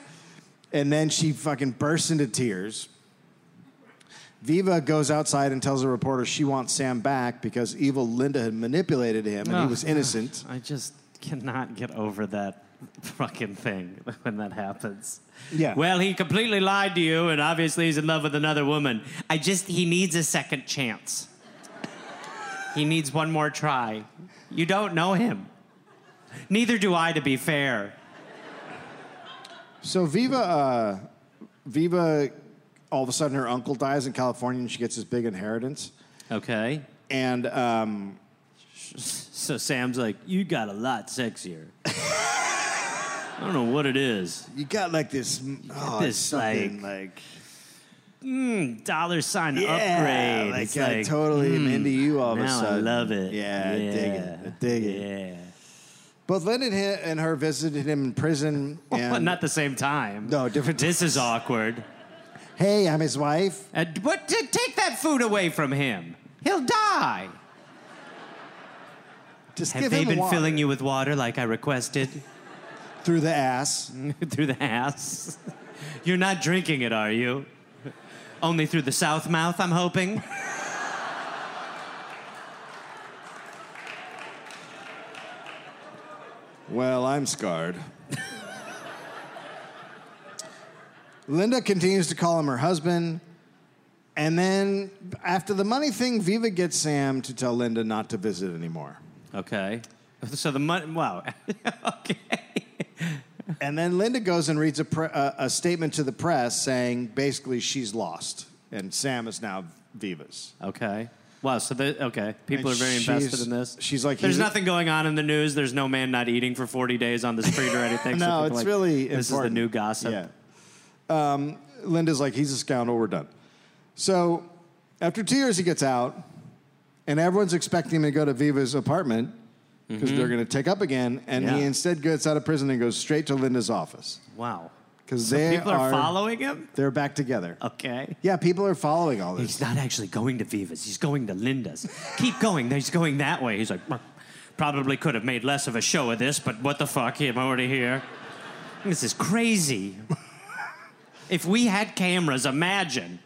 And then she fucking bursts into tears. Viva goes outside and tells a reporter she wants Sam back because evil Linda had manipulated him and he Ugh. was innocent. I just cannot get over that fucking thing when that happens. Yeah. Well, he completely lied to you, and obviously he's in love with another woman. I just, he needs a second chance. he needs one more try. You don't know him. Neither do I, to be fair. So Viva, uh, Viva, all of a sudden her uncle dies in California and she gets this big inheritance. Okay. And um, So Sam's like, You got a lot sexier. I don't know what it is. you got like this, oh, this, something like Mm, dollar sign Yeah, upgrade. Like, It's hmm, I totally am into you all of a now sudden. I love it. Yeah, I dig it. I dig it. Yeah. Both Lynn and, hi- and her visited him in prison. And, Well, not the same time. No, different This is awkward. hey, I'm his wife. Uh, but t- take that food away from him. He'll die. Just Have give they him been water. filling you with water like I requested through the ass? through the ass? You're not drinking it, are you? Only through the south mouth, I'm hoping. Well, I'm scarred. Linda continues to call him her husband. And then after the money thing, Viva gets Sam to tell Linda not to visit anymore. Okay. So the money. Wow. okay. And then Linda goes and reads a, pre- uh, a statement to the press saying basically she's lost and Sam is now Viva's. Okay. Wow. So the okay, people And are very she's- invested in this. she's like, there's he's- nothing going on in the news. There's no man not eating for 40 days on the street or anything. So No, people it's like, really this is important. the new gossip. Yeah. Um, Linda's like, he's a scoundrel. We're done. So after two years, he gets out, and everyone's expecting him to go to Viva's apartment because they're going to take up again. And he Mm-hmm. Yeah. instead gets out of prison and goes straight to Linda's office Wow. because they people are, following him. They're back together. Okay. Yeah, people are following all this. He's not actually going to Viva's. He's going to Linda's. Keep going. He's going that way. He's like, "Brr, probably could have made less of a show of this, but what the fuck? I'm already here. This is crazy. if we had cameras, imagine.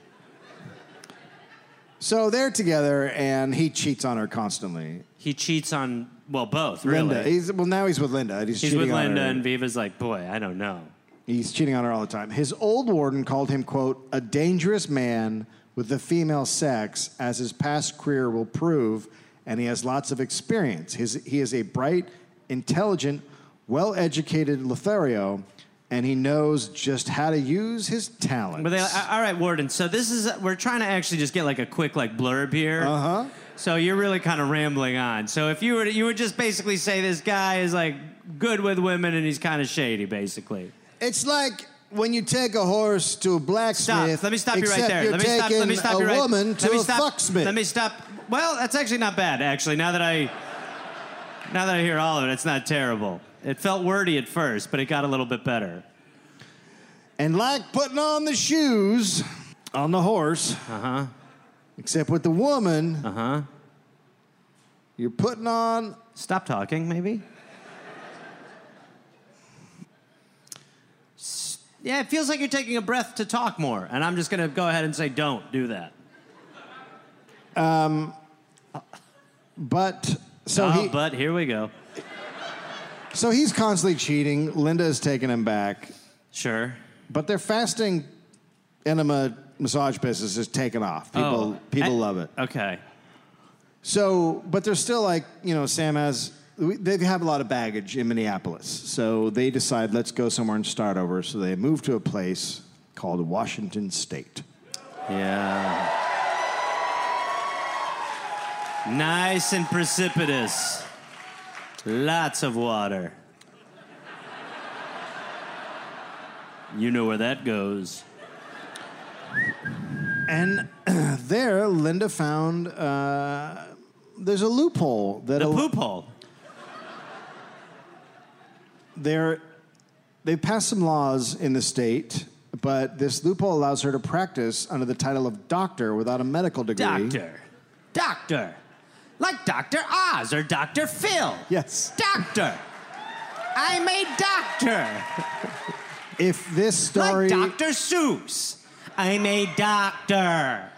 So they're together, and he cheats on her constantly. He cheats on, well, both, really. Linda, he's, well, now he's with Linda. and He's, He's cheating with on Linda, her. and Viva's like, boy, I don't know. He's cheating on her all the time. His old warden called him, quote, a dangerous man with the female sex, as his past career will prove, and he has lots of experience. His, he is a bright, intelligent, well educated Lothario, and he knows just how to use his talents. But they, all right, Warden. So this is we're trying to actually just get like a quick like blurb here. Uh Uh-huh. huh. So you're really kind of rambling on. So if you were to, you would just basically say this guy is like good with women and he's kind of shady, basically. it's like when you take a horse to a Stop. blacksmith. Let me stop you right except there. you're Let me stop. Let me taking stop a you right. woman let to me a stop, fucksmith. Let me stop. Well, that's actually not bad. Actually, now that I now that I hear all of it, it's not terrible. It felt wordy at first, but it got a little bit better. And like putting on the shoes on the horse. Uh huh. Uh-huh. Except with the woman. Uh huh. You're putting on. Stop talking, maybe. S- Yeah, it feels like you're taking a breath to talk more, and I'm just gonna go ahead and say, don't do that. But so Oh, he but here we go. so he's constantly cheating. Linda's taking him back, Sure. but their fasting enema massage business is taking off. People Oh, people I- love it. Okay. So, but they're still like, you know, Sam has, we- they have a lot of baggage in Minneapolis. So they decide, let's go somewhere and start over. So they move to a place called Washington State. Yeah. Nice and precipitous. Lots of water. You know where that goes. And there, Linda found uh, there's a loophole that The al- poop hole. there they passed some laws in the state, but this loophole allows her to practice under the title of doctor without a medical degree. Doctor. Doctor. Like Dr. Oz or Dr. Phil. Yes. Doctor. I'm a doctor. If this story, Like Dr. Seuss. I'm a doctor.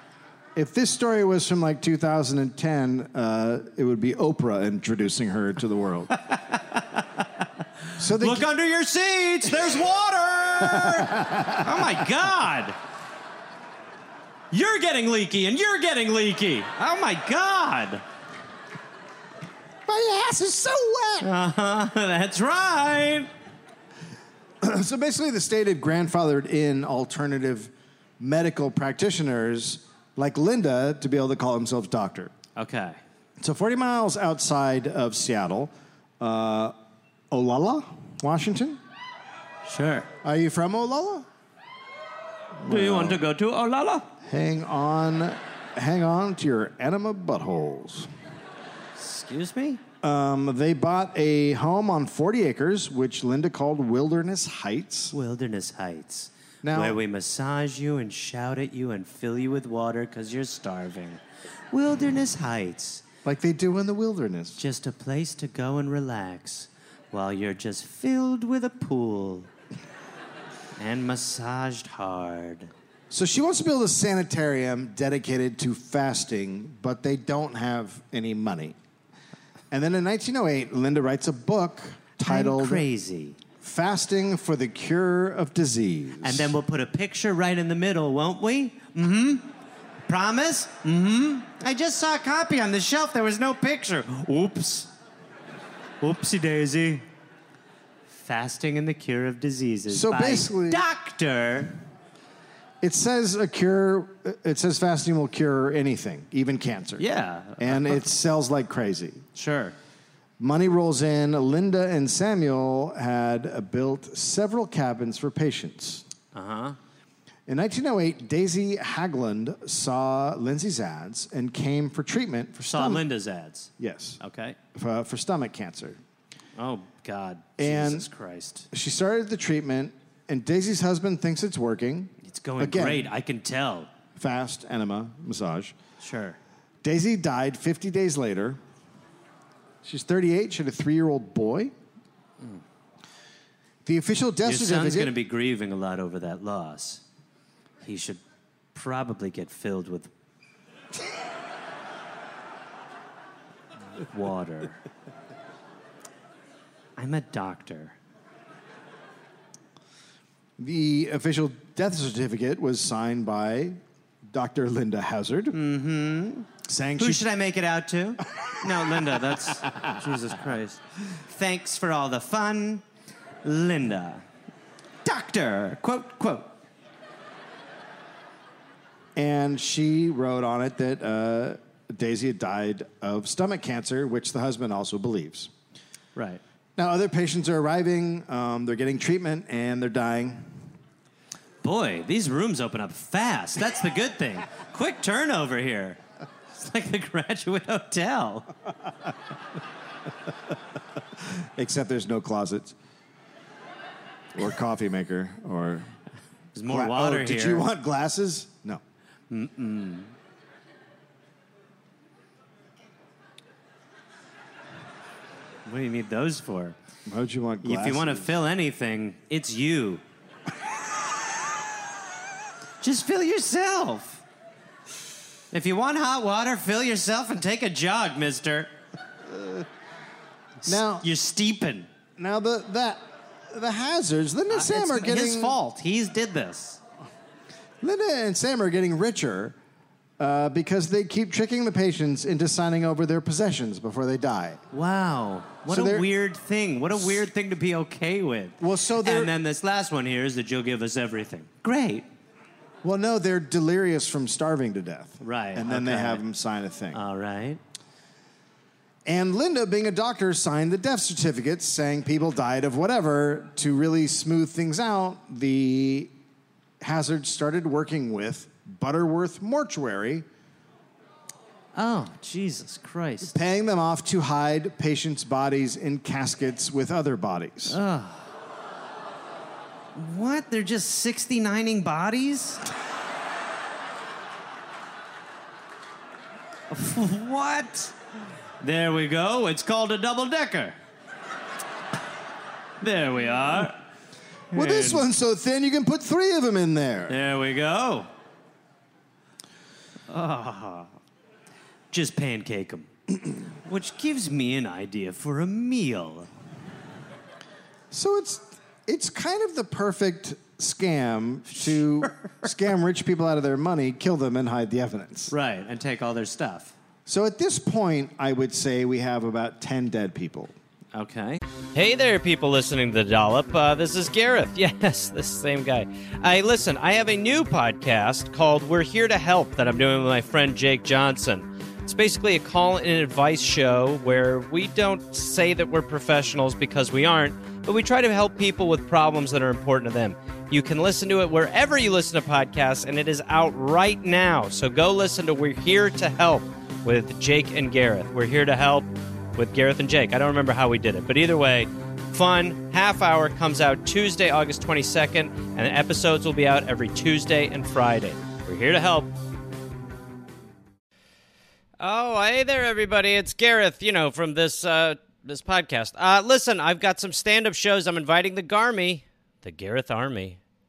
if this story was from like 2010, uh, it would be Oprah introducing her to the world. so they Look under your seats. There's water. oh my God. You're getting leaky and you're getting leaky. Oh my God. my ass is so wet. Uh huh. That's right. So basically, the state had grandfathered in alternative medical practitioners like Linda to be able to call themselves doctor. Okay. So 40 miles outside of Seattle, uh, Olalla, Washington. Sure. Are you from Olalla? Do you want to go to Oh, Olala? Hang on, hang on to your enema buttholes. Excuse me? Um, they bought a home on 40 acres, which Linda called Wilderness Heights. Wilderness Heights. Now- where we massage you and shout at you and fill you with water because you're starving. Wilderness Heights. Like they do in the wilderness. Just a place to go and relax while you're just filled with a pool and massaged hard. So she wants to build a sanitarium dedicated to fasting, but they don't have any money. And then in 1908, Linda writes a book I'm titled crazy. Fasting for the Cure of Disease. And then we'll put a picture right in the middle, won't we? Mm hmm. Promise? Mm hmm. I just saw a copy on the shelf. There was no picture. Oops. Oopsie daisy. Fasting and the Cure of Diseases. So by basically- Doctor. it says a cure, it says fasting will cure anything, even cancer. Yeah. And it sells like crazy. Sure. Money rolls in. Linda and Samuel had uh, built several cabins for patients. Uh huh. In 1908, Daisy Hagland saw Lindsay's ads and came for treatment for Saw stomach. Linda's ads. Yes, Okay. for, for stomach cancer. Oh, God. And- Jesus Christ. She started the treatment, and Daisy's husband thinks it's working. It's going Again. great. I can tell. Fast enema massage. Sure. Daisy died 50 days later. She's 38. She had a three-year-old boy. The official death Hmm. Your certificate. son's going to be grieving a lot over that loss. He should probably get filled with water. I'm a doctor. The official death certificate was signed by Dr. Linda Hazard, mm-hmm. saying Who she, should I make it out to? No, Linda, that's Jesus Christ. Thanks for all the fun, Linda. Doctor, quote, quote. and she wrote on it that uh, Daisy had died of stomach cancer, which the husband also believes. Right. Now, other patients are arriving, um, they're getting treatment, and they're dying. Boy, these rooms open up fast. That's the good thing. Quick turnover here. It's like the graduate hotel. Except there's no closets, or coffee maker, or There's more Gla- water oh, here. Did you want glasses? No. what do you need those for? Why'd you want glasses? If you want to fill anything, it's you. Just fill yourself. If you want hot water, fill yourself and take a jog, mister. now, You're steeping. now the that the hazards. Linda and Sam Uh, it's are getting his fault. He's did this. Linda and Sam are getting richer uh, because they keep tricking the patients into signing over their possessions before they die. Wow. What So a they're- weird thing. What a weird thing to be okay with. Well, so Oh, they're- And then this last one here is that you'll give us everything. Great. Well, no, they're delirious from starving to death. Right, Uh. And then they okay. have them sign a thing. All right. And Linda, being a doctor, signed the death certificates saying people died of whatever. To really smooth things out, the Hazard started working with Butterworth Mortuary, Oh, Jesus Christ. paying them off to hide patients' bodies in caskets with other bodies. What? They're just 69ing bodies? what? There we go. It's called a double decker. There we are. well, this and- one's so thin you can put three of them in there. There we go. Ah. Just pancake them. Which gives me an idea for a meal. So it's it's kind of the perfect scam to scam rich people out of their money, kill them, and hide the evidence. Right, and take all their stuff. So at this point, I would say we have about ten dead people. Okay. Hey there, people listening to the Dollop. Uh, this is Gareth. Yes, this same guy. I listen. I have a new podcast called "We're Here to Help" that I'm doing with my friend Jake Johnson. It's basically a call and advice show where we don't say that we're professionals because we aren't, but we try to help people with problems that are important to them. You can listen to it wherever you listen to podcasts, and it is out right now. So go listen to "We're Here to Help" with Jake and Gareth. We're here to help with Gareth and Jake. I don't remember how we did it, but either way, fun half hour comes out Tuesday, August 22nd, and the episodes will be out every Tuesday and Friday. We're here to help. Oh, hey there, everybody! It's Gareth, you know, from this uh, this podcast. Uh, listen, I've got some stand up shows. I'm inviting the Garmy, the Gareth Army,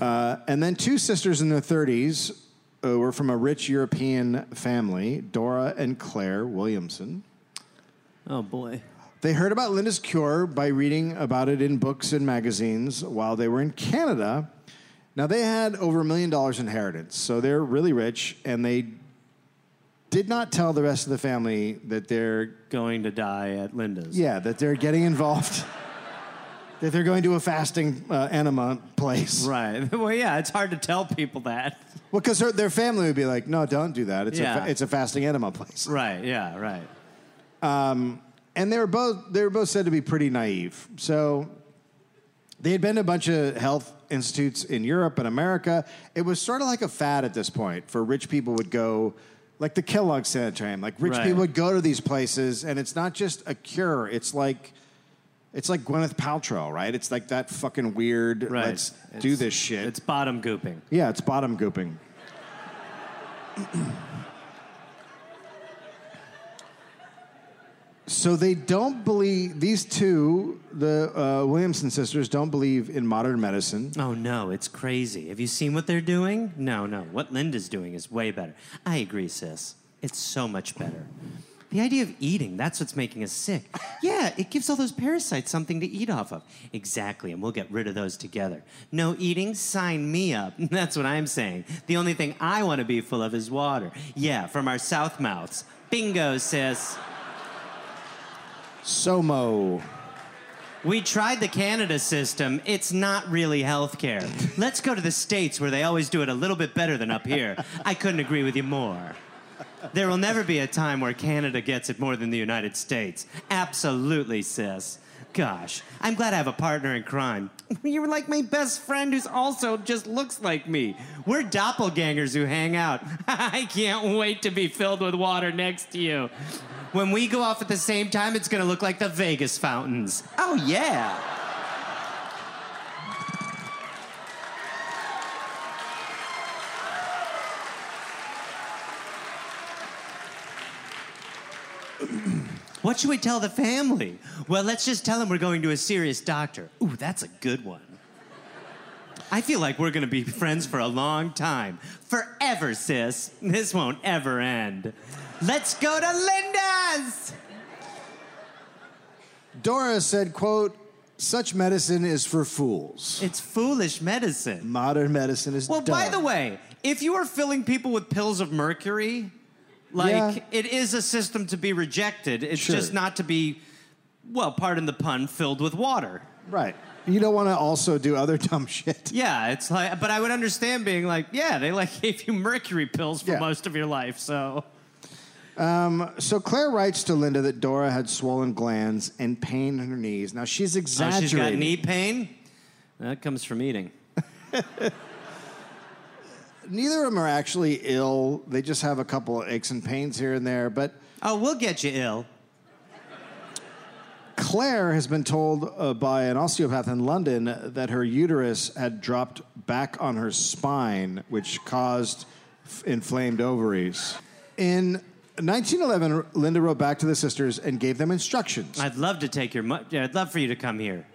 And then two sisters in their 30s uh, were from a rich European family, Dora and Claire Williamson. Oh, boy. They heard about Linda's cure by reading about it in books and magazines while they were in Canada. Now, they had over a million dollars inheritance, so they're really rich, and they did not tell the rest of the family that they're Going to die at Linda's. yeah that they're getting involved, that they're going to a fasting uh, enema place. Right. Well, yeah, it's hard to tell people that. Well, because their, their family would be like, no, don't do that. It's, a, Yeah. fa- it's a fasting enema place. Right, yeah, right. and they were both they were both said to be pretty naive. So they had been to a bunch of health institutes in Europe and America. It was sort of like a fad at this point for rich people would go like the Kellogg Sanatorium. Like rich Right. people would go to these places and it's not just a cure, it's like it's like Gwyneth Paltrow, right? It's like that fucking weird Right. let's do It's- this shit. It's bottom gooping. Yeah, it's bottom gooping. so they don't believe these two, the uh, Williamson sisters, don't believe in modern medicine. Oh no, it's crazy. Have you seen what they're doing? No, no. What Linda's doing is way better. I agree, sis. It's so much better. The idea of eating, that's what's making us sick. Yeah, it gives all those parasites something to eat off of. Exactly, and we'll get rid of those together. No eating? Sign me up. That's what I'm saying. The only thing I want to be full of is water. Yeah, from our south mouths. Bingo, sis. SOMO. We tried the Canada system. It's not really healthcare. Let's go to the States where they always do it a little bit better than up here. I couldn't agree with you more. There will never be a time where Canada gets it more than the United States. Absolutely, sis. Gosh, I'm glad I have a partner in crime. You're like my best friend who's also just looks like me. We're doppelgangers who hang out. I can't wait to be filled with water next to you. When we go off at the same time, it's gonna look like the Vegas fountains. Oh, yeah. What should we tell the family? Well, let's just tell them we're going to a serious doctor. Ooh, that's a good one. I feel like we're gonna be friends for a long time. Forever, sis. This won't ever end. Let's go to Linda's! Dora said, quote, such medicine is for fools. It's foolish medicine. Modern medicine is Well, dumb. by the way, if you are filling people with pills of mercury, like Yeah. it is a system to be rejected. It's Sure. just not to be, well, pardon the pun, filled with water. Right. You don't want to also do other dumb shit. Yeah, it's like, but I would understand being like, yeah, they like gave you mercury pills for Yeah. most of your life, so Oh, So Claire writes to Linda that Dora had swollen glands and pain in her knees. Now she's oh, exaggerating. she's got knee pain. That comes from eating. Neither of them are actually ill. They just have a couple of aches and pains here and there. But Oh, we'll get you ill. Claire has been told uh, by an osteopath in London that her uterus had dropped back on her spine, which caused f- inflamed ovaries. In 1911, Linda wrote back to the sisters and gave them instructions. I'd love to take your. Mu- yeah, I'd love for you to come here.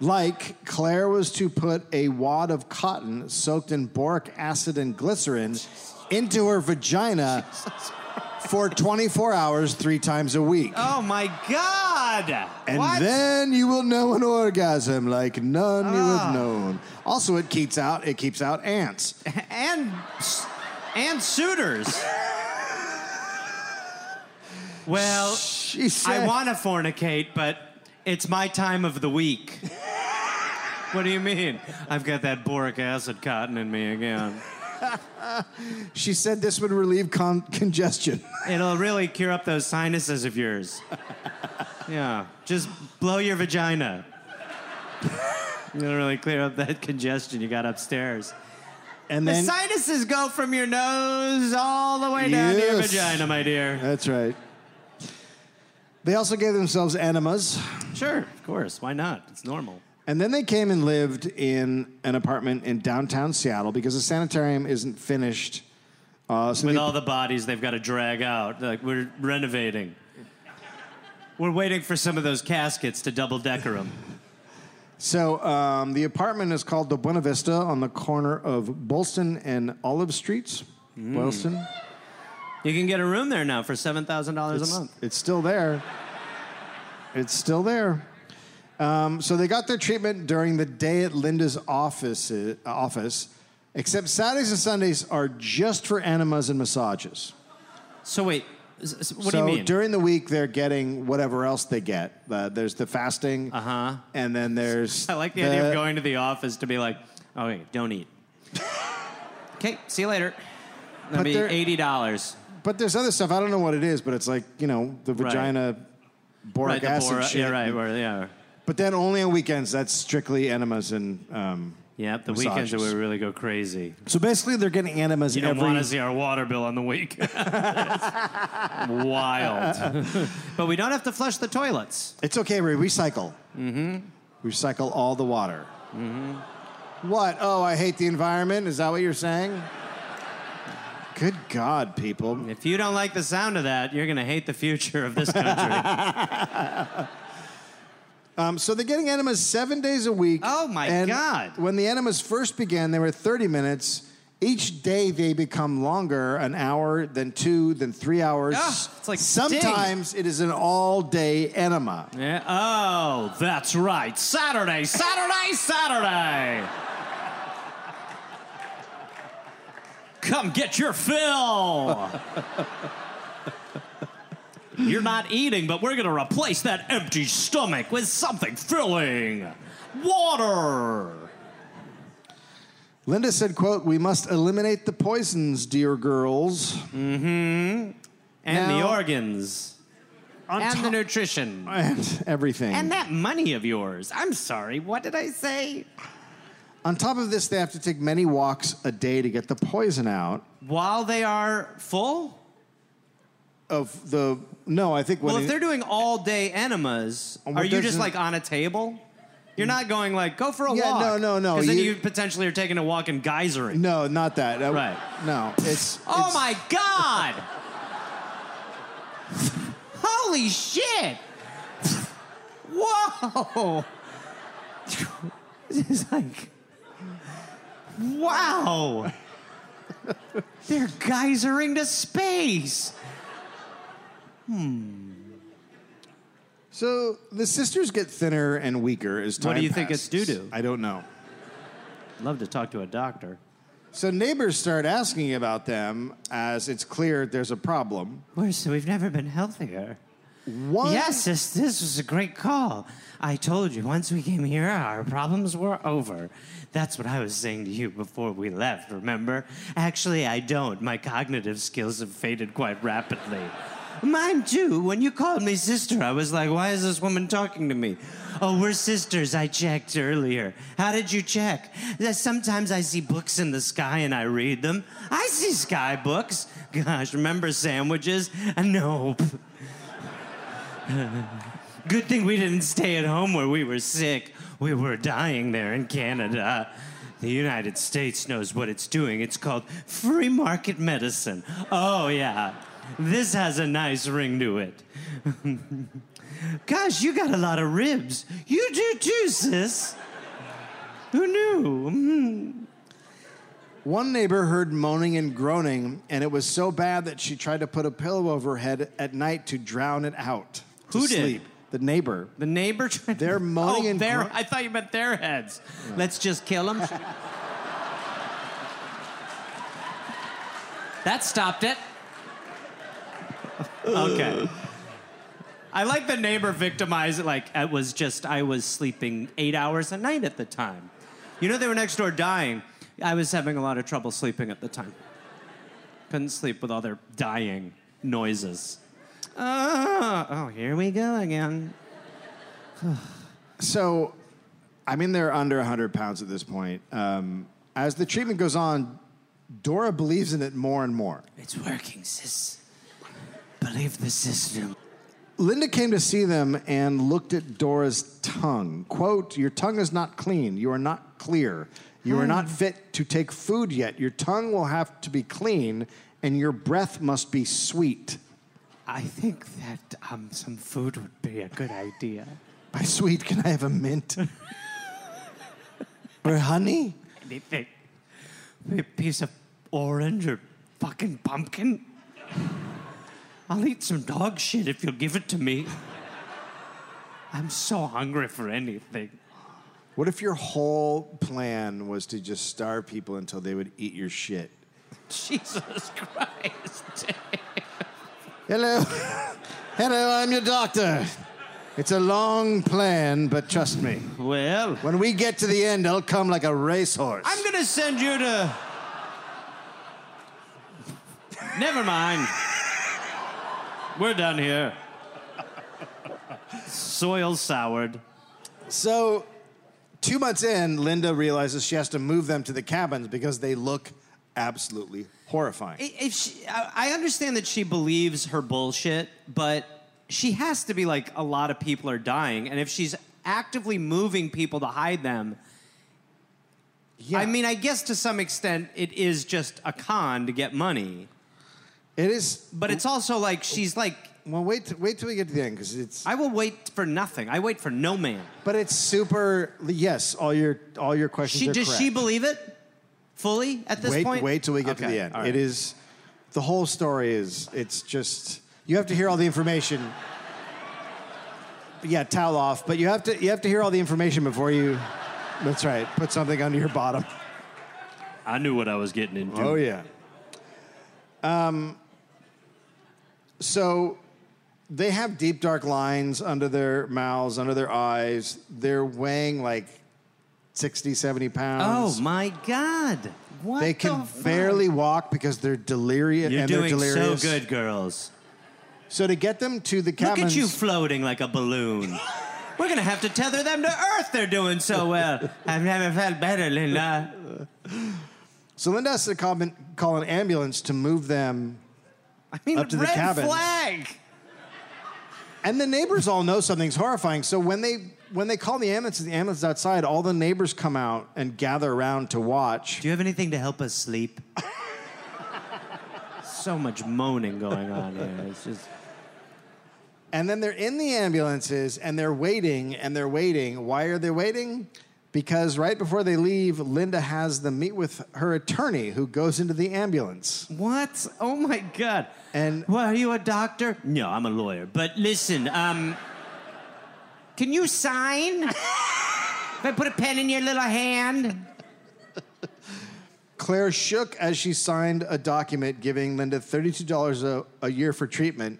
Like Claire was to put a wad of cotton soaked in boric acid and glycerin into her vagina for 24 hours, three times a week. Oh my God! and what? then you will know an orgasm like none you Ah. have known. Also, it keeps out it keeps out ants. and and suitors. well, She said, I want to fornicate, but it's my time of the week. what do you mean? I've got that boric acid cotton in me again. She said this would relieve con- congestion. It'll really cure up those sinuses of yours. yeah, just blow your vagina. It'll really clear up that congestion you got upstairs. And The then sinuses go from your nose all the way down to your Yes. vagina, my dear. that's right. They also gave themselves enemas. Sure, of course. Why not? It's normal. And then they came and lived in an apartment in downtown Seattle because the sanitarium isn't finished. Uh, so With they- all the bodies they've got to drag out, like we're renovating. We're waiting for some of those caskets to double decker them. so um, the apartment is called the Buena Vista on the corner of Boylston and Olive Streets. Mm. Boylston. You can get a room there now for seven thousand dollars a It's- month. It's still there. It's still there. Um, so they got their treatment during the day at Linda's office. uh, office, except Saturdays and Sundays are just for enemas and massages. So wait, s- s- what so do you mean? during the week, they're getting whatever else they get. Uh, there's the fasting. Uh Uh-huh. And then there's. I like the, idea of going to the office to be like, "Oh, wait, don't eat." okay, see you later. That'll But be there- eighty dollars. But there's other stuff. I don't know what it is, but it's like, you know, the Right. vagina boric acid shit. yeah, right. where- yeah, But then only on weekends, that's strictly enemas and. Um, yeah. The weekends Massages. that we really go crazy. so basically, they're getting enemas You don't every. want to see our water bill on the week. Wild. but we don't have to flush the toilets. It's okay, we recycle. Mm-hmm. Recycle all the water. Mm-hmm. What? Oh, I hate the environment. Is that what you're saying? Good God, people. If you don't like the sound of that, you're going to hate the future of this country. Um, so they're getting enemas seven days a week. Oh, my And God. When the enemas first began, they were 30 minutes. Each day they become longer an hour, then two, then three hours. Ah, it's like Sometimes it is an all day enema. Yeah, Oh, that's right. Saturday, Saturday, Saturday. Come get your fill. You're not eating, but we're going to replace that empty stomach with something filling. Water. Linda said, quote, We must eliminate the poisons, dear girls. and the Now- organs and the nutrition And everything. and that money of yours. I'm sorry, what did I say? On top of this, they have to take many walks a day to get the poison out. While they are full, of the no. I think when Well, he- if they're doing all day enemas, Well, are you doesn't- just like on a table? You're not going like go for a Yeah, walk. no, no, no, Because then you- you potentially are taking a walk and geysering. no, not that. Uh, Right. No, it's. Oh it's- my god! Holy shit! Whoa! This is like, wow! They're geysering to space. So the sisters get thinner and weaker as time What do you think it's passes. due to? I don't know. Love to talk to a doctor. So neighbors start asking about them as it's clear there's a problem. Worse, we've never been healthier. One, Yes, this, this was a great call. I told you, once we came here, our problems were over. That's what I was saying to you before we left, remember? Actually, I don't. My cognitive skills have faded quite rapidly. Mine too. When you called me sister, I was like, why is this woman talking to me? Oh, we're sisters. I checked earlier. How did you check? That Sometimes I see books in the sky and I read them. I see sky books. Gosh, remember sandwiches? Nope. Good thing we didn't stay at home where we were sick. We were dying there in Canada. The United States knows what it's doing. It's called free market medicine. Oh, yeah. This has a nice ring to it. Gosh, you got a lot of ribs. You do too, sis. Who knew? Mm. one neighbor heard moaning and groaning, and it was so bad that she tried to put a pillow over her head at night to drown it out. to Who did? Sleep. The neighbor. The neighbor tried They're moaning oh, and their- gro- I thought you meant their heads. Let's just kill them. that stopped it. Okay. I like the neighbor victimize it like it was just I was sleeping 8 hours a night at the time. You know they were next door dying. I was having a lot of trouble sleeping at the time. Couldn't sleep with all their dying noises. Ah, oh, here we go again. So, I mean, they're under 100 pounds at this point. Um, as the treatment goes on, Dora believes in it more and more. It's working, sis. Believe the system. Linda came to see them and looked at Dora's tongue. Quote, Your tongue is not clean. You are not clear. You are not fit to take food yet. Your tongue will have to be clean, and your breath must be sweet. I think that um, some food would be a good idea. By sweet, can I have a mint? or honey? Anything. A piece of orange or fucking pumpkin. I'll eat some dog shit if you'll give it to me. I'm so hungry for anything. What if your whole plan was to just starve people until they would eat your shit? Jesus Christ. Hello. Hello, I'm your doctor. It's a long plan, but trust me. Well, When we get to the end, I'll come like a racehorse. I'm gonna send you to. Never mind. We're done here. Soil soured. so, two months in, Linda realizes she has to move them to the cabins because they look absolutely horrifying. If she, I I understand that she believes her bullshit, but she has to be like a lot of people are dying, and if she's actively moving people to hide them, Yeah. I mean, I guess to some extent it is just a con to get money, it is. but it's also like she's like, Well, wait, t- wait till we get to the end because it's. I will wait for nothing. I wait for no man. but it's super. Yes, all your all your questions She are does she correct. believe it fully at this wait, point? wait till we get to Okay, the end. all right. It is the whole story is it's just you have to hear all the information. Yeah, towel off, but you have to you have to hear all the information before you. That's right. Put something under your bottom. I knew what I was getting into. Oh yeah. Um. So, they have deep dark lines under their mouths, under their eyes. They're weighing like 60, 70 pounds. Oh, my God! What They can barely walk because they're delirious. You're and doing they're so delirious. good, girls. So to get them to the Look cabins, at you floating like a balloon. We're gonna have to tether them to Earth. They're doing so well. I've never felt better, Linda. so Linda has to call, an- call an ambulance to move them I mean, Up to the red cabins. flag. egg. And the neighbors all know something's horrifying. So when they when they call the ambulance, the ambulance is outside. All the neighbors come out and gather around to watch. Do you have anything to help us sleep? so much moaning going on here. It's just. And then they're in the ambulances and they're waiting and they're waiting. Why are they waiting? Because right before they leave, Linda has them meet with her attorney, who goes into the ambulance. What? Oh my god. And- well, are you a doctor? No, I'm a lawyer. But listen, um can you sign? if I put a pen in your little hand? Claire shook as she signed a document giving Linda $32 a, a year for treatment,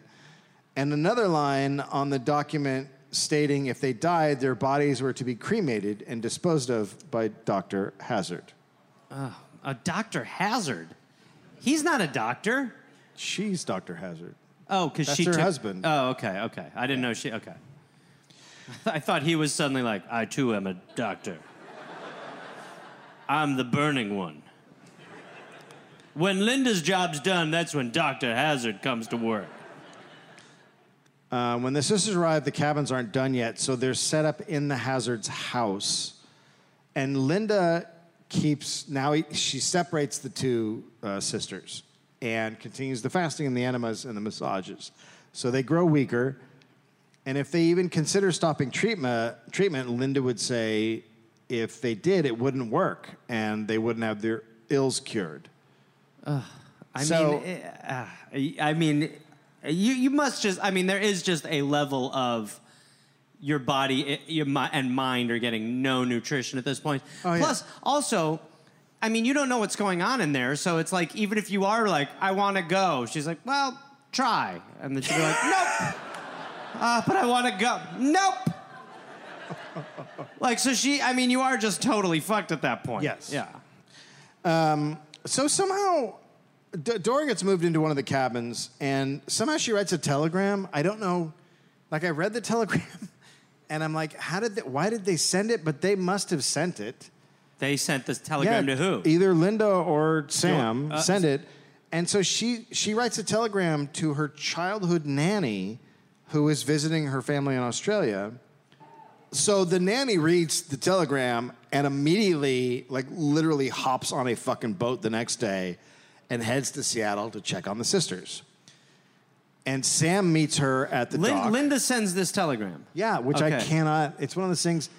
and another line on the document stating if they died, their bodies were to be cremated and disposed of by Dr. Hazard. A Dr. Hazard. He's not a doctor. She's Dr. Hazard. Oh, because That's she her took- husband. Oh, okay, okay. I didn't know she okay. I thought he was suddenly like, I too am a doctor. I'm the burning one. When Linda's job's done, that's when Dr. Hazard comes to work. Uh, when the sisters arrive, the cabins aren't done yet, so they're set up in the Hazard's house. And Linda keeps, now he, she separates the two uh, sisters and continues the fasting and the enemas and the massages. So they grow weaker. And if they even consider stopping treatment, treatment, Linda would say if they did, it wouldn't work and they wouldn't have their ills cured. I So- mean, uh, I mean, you you must just. I mean, there is just a level of your body, eh, your mi- and mind are getting no nutrition at this point. Oh, yeah. Plus, also, I mean, you don't know what's going on in there, so it's like even if you are like, I want to go, she's like, well, try, and then she'd be like, nope, uh, but I want to go, nope. Like so, she. I mean, you are just totally fucked at that point. Yes. Yeah. So somehow, D- Dora gets moved into one of the cabins, and somehow she writes a telegram. I don't know. Like I read the telegram, and I'm like, how did? They, why did they send it? But they must have sent it. They sent this telegram to who? Either Linda or Sam Uh, sent it, and so she she writes a telegram to her childhood nanny, who is visiting her family in Australia. So the nanny reads the telegram and immediately, like, literally hops on a fucking boat the next day and heads to Seattle to check on the sisters. And Sam meets her at the Lin- dock. Linda sends this telegram. Yeah, which I Okay. cannot. It's one of those things.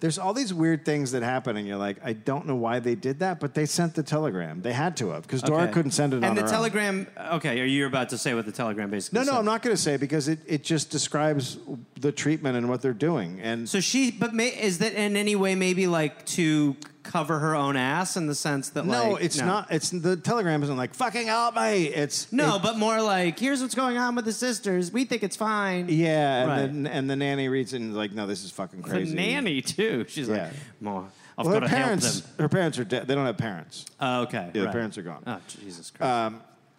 There's all these weird things that happen, and you're like, I don't know why they did that, but they sent the telegram. They had to have because Dora Okay. couldn't send it and on the her own. telegram. Okay, are you about to say what the telegram basically? No, no, said? I'm not going to say because it, it just describes the treatment and what they're doing. And So she, but may, is that in any way maybe like to cover her own ass in the sense that no, like it's not. It's the telegram isn't like fucking help me. It's No, it- but more like here's what's going on with the sisters. We think it's fine. yeah, and Right. then and the nanny reads it and is like, no, this is fucking the crazy. nanny too. She's Yeah. like more. I've Well, got her to parents, help them. her parents are dead. They don't have parents. Oh, okay, Yeah, the right. parents are gone. Um, Oh Jesus Christ.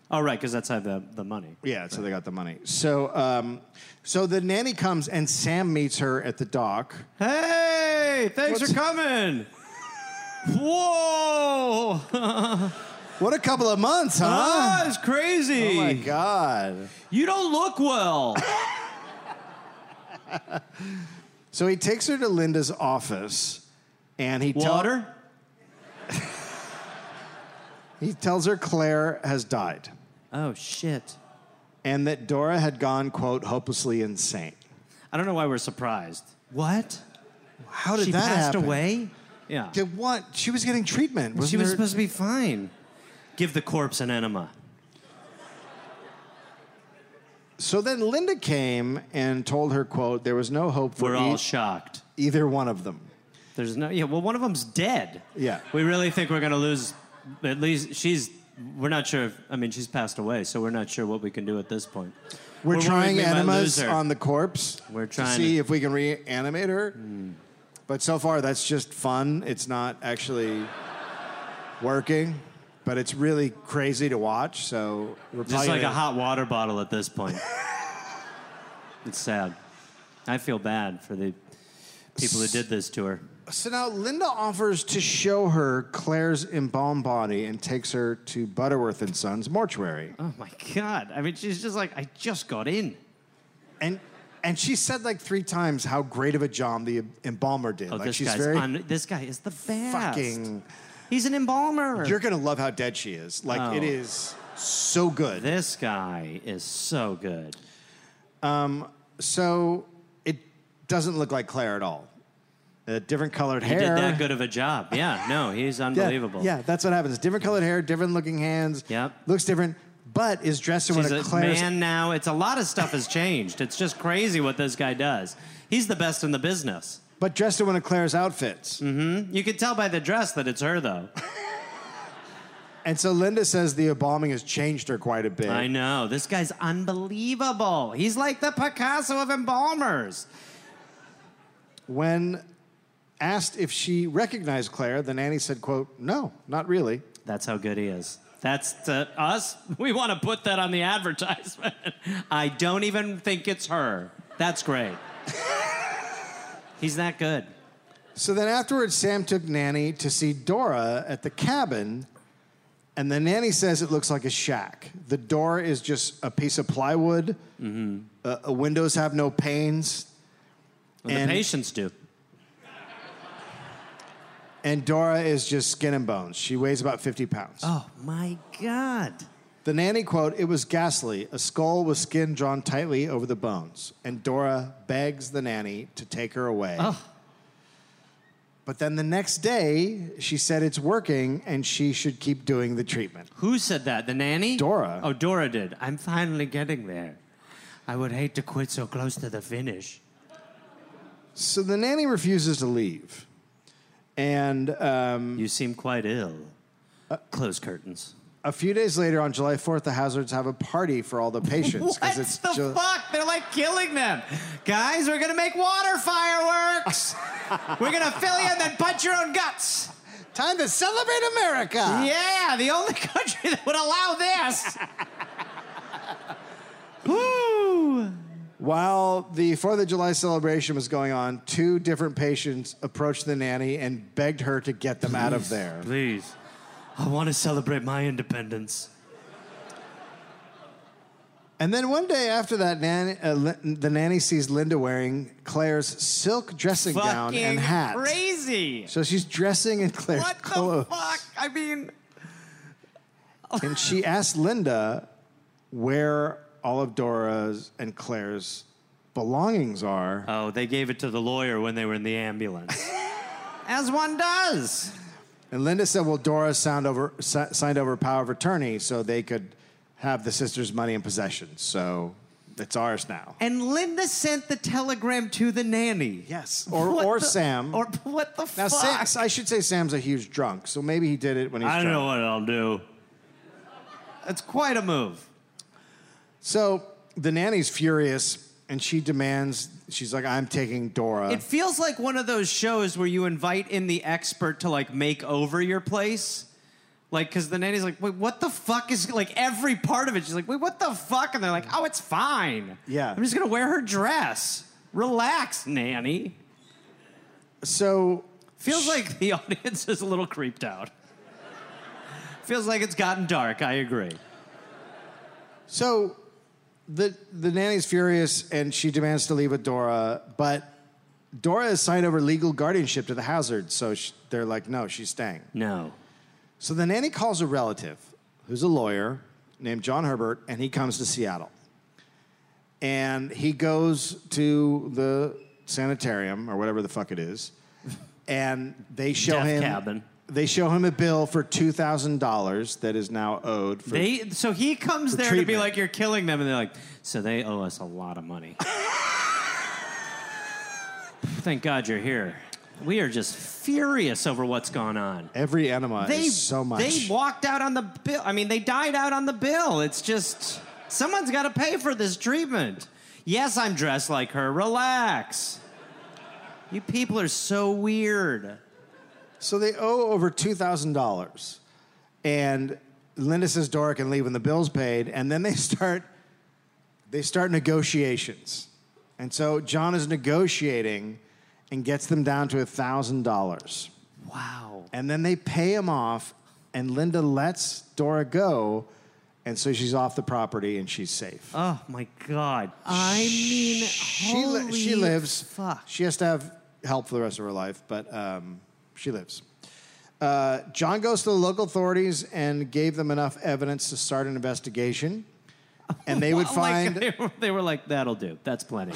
oh right, because that's how the the money. Yeah, so they got the money. So, um, so the nanny comes and Sam meets her at the dock. Hey, thanks for coming. Whoa! What a couple of months, huh? Ah, it's crazy. Oh my god! You don't look well. So he takes her to Linda's office, and he tell- Water? he tells her Claire has died, Oh shit. and that Dora had gone quote hopelessly insane. I don't know why we're surprised. What? How did she that passed happen? away? Yeah. Did what? She was getting treatment. she wasn't was there- supposed to be fine. Give the corpse an enema. So then Linda came and told her quote there was no hope for We're all eith- shocked. either one of them. There's no Yeah, well one of them's dead. Yeah. We really think we're going to lose at least she's we're not sure if, I mean she's passed away, so we're not sure what we can do at this point. We're, worried trying we might enemas lose her. on the corpse. We're trying to see to- Hmm. if we can reanimate her. But so far, that's just fun. It's not actually working, but it's really crazy to watch. So we're Just probably like a gonna- hot water bottle at this point. it's sad. I feel bad for the people who did this to her. So now Linda offers to show her Claire's embalmed body and takes her to Butterworth and Sons mortuary. Oh my God. I mean, she's just like, I just got in. And and she said like three times how great of a job the embalmer did. Oh, like this she's guy's very un- this guy is the best. fucking He's an embalmer. You're gonna love how dead she is. Like it Oh. is so good. This guy is so good. So it doesn't look like Claire at all. Uh, different colored He hair. did that good of a job. Yeah, no, he's Yeah, unbelievable. Yeah, that's what happens. Different colored hair, different looking hands. Yep. Looks different, but is dressed in one He's of a Claire's. man now. It's a lot of stuff has changed. It's just crazy what this guy does. He's the best in the business. But dressed in one of Claire's outfits. Mm-hmm. You can tell by the dress that it's her, though. And so Linda says the embalming has changed her quite a bit. I know. This guy's unbelievable. He's like the Picasso of embalmers. When asked if she recognized Claire, the nanny said, quote, no, not really. That's how good he is. That's to us. We want to put that on the advertisement. I don't even think it's her. That's great. He's that good. So then afterwards, Sam took Nanny to see Dora at the cabin, and the nanny says it looks like a shack. The door is just a piece of plywood. Uh, uh, windows have no panes. Well, And- the patients do. And Dora is just skin and bones. She weighs about 50 pounds. Oh my God. The nanny quote, it was ghastly. A skull with skin drawn tightly over the bones. And Dora begs the nanny to take her away. But then the next day, she said it's working and she should keep doing the treatment. Who said that? The nanny? Dora. Oh, Dora did. I'm finally getting there. I would hate to quit so close to the finish. So the nanny refuses to leave. And um, You seem quite ill. Close curtains. a few days later, on July 4th, the Hazards have a party for all the patients. What 'cause the Ju- fuck? They're like killing them. Guys, we're gonna make water fireworks. we're gonna fill you and then punch your own guts. Time to celebrate America! Yeah, the only country that would allow this. Woo! While the 4th of July celebration was going on, two different patients approached the nanny and begged her to get them out of there. Please, I want to celebrate my independence. And then one day after that, nanny, uh, Lin- the nanny sees Linda wearing Claire's silk dressing gown and hat. crazy. So she's dressing in Claire's What the clothes. fuck? I mean, And she asked Linda where all of Dora's and Claire's belongings are. oh, they gave it to the lawyer when they were in the ambulance. As one does. And Linda said, well, Dora signed over, si- signed over power of attorney so they could have the sister's money and possessions. So it's ours now. And Linda sent the telegram to the nanny. Yes. Or, What or the- Sam. Or what the now, fuck? Sam, I should say Sam's a huge drunk, so maybe he did it when he's I don't drunk. know what I'll do. That's quite a move. So the nanny's furious and she demands, she's like, I'm taking Dora. It feels like one of those shows where you invite in the expert to like make over your place. Like, cause the nanny's like, wait, what the fuck is like every part of it? She's like, wait, what the fuck? And they're like, oh, it's fine. Yeah. I'm just gonna wear her dress. Relax, nanny. so Feels like the audience is a little creeped out. Feels like it's gotten dark. I agree. So the the nanny's furious and she demands to leave with Dora, but Dora is signed over legal guardianship to the Hazard, so sh they're like, no, she's staying. No. So the nanny calls a relative who's a lawyer named John Herbert, and he comes to Seattle. And he goes to the sanitarium or whatever the fuck it is, and they show Death him cabin. they show him a bill for two thousand dollars that is now owed for They so he comes For there to be treatment. like you're killing them, and they're like, so they owe us a lot of money. Thank God you're here. We are just furious over what's gone on. every enema They is so much. They walked out on the bill. I mean, they died out on the bill. It's just someone's got to pay for this treatment. Yes, I'm dressed like her. Relax. You people are so weird. So they owe over two thousand dollars, and Linda says Dora can leave when the bill's paid, and then they start they start negotiations, and so John is negotiating, and gets them down to $1,000. Wow. And then they pay him off, and Linda lets Dora go, and so she's off the property and she's safe. Oh my God. I mean, she, li- she holy lives. Fuck. She has to have help for the rest of her life, but um, she lives. Uh, John goes to the local authorities and gave them enough evidence to start an investigation. And they would Oh my God, find they, were, they were like, "That'll do. That's plenty."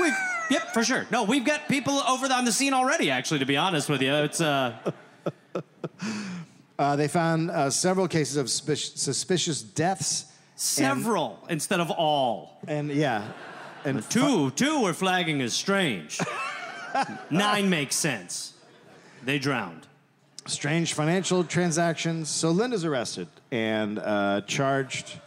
we yep, for sure. No, we've got people over on the scene already. Actually, to be honest with you, it's uh, uh, they found uh, several cases of suspic- suspicious deaths, several instead of all. and yeah, and Two, two were flagging as strange. Nine makes sense. They drowned. strange financial transactions. So Linda's arrested and uh, charged.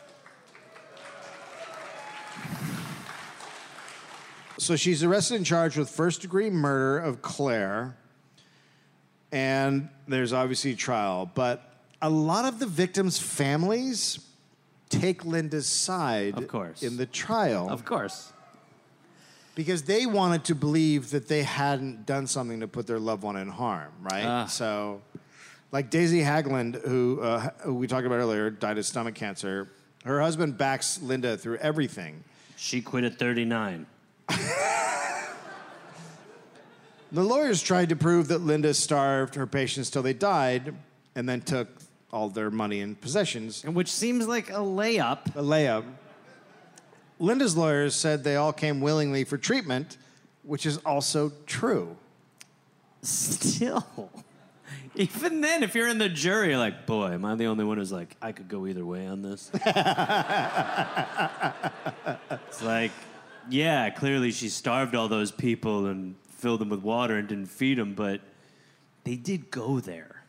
So she's arrested and charged with first degree murder of Claire. And there's obviously trial, but a lot of the victims' families take Linda's side Of course. in the trial Of course. because they wanted to believe that they hadn't done something to put their loved one in harm, right? So, like Daisy Hagland, who, uh, who we talked about earlier, died of stomach cancer. Her husband backs Linda through everything. She quit at 39. The lawyers tried to prove that Linda starved her patients till they died, and then took all their money and possessions. Which seems like a layup. A layup. Linda's lawyers said they all came willingly for treatment, which is also true. Still. Even then, if you're in the jury, you're like, boy, am I the only one who's like, I could go either way on this? it's like, yeah, clearly she starved all those people and filled them with water and didn't feed them, but they did go there.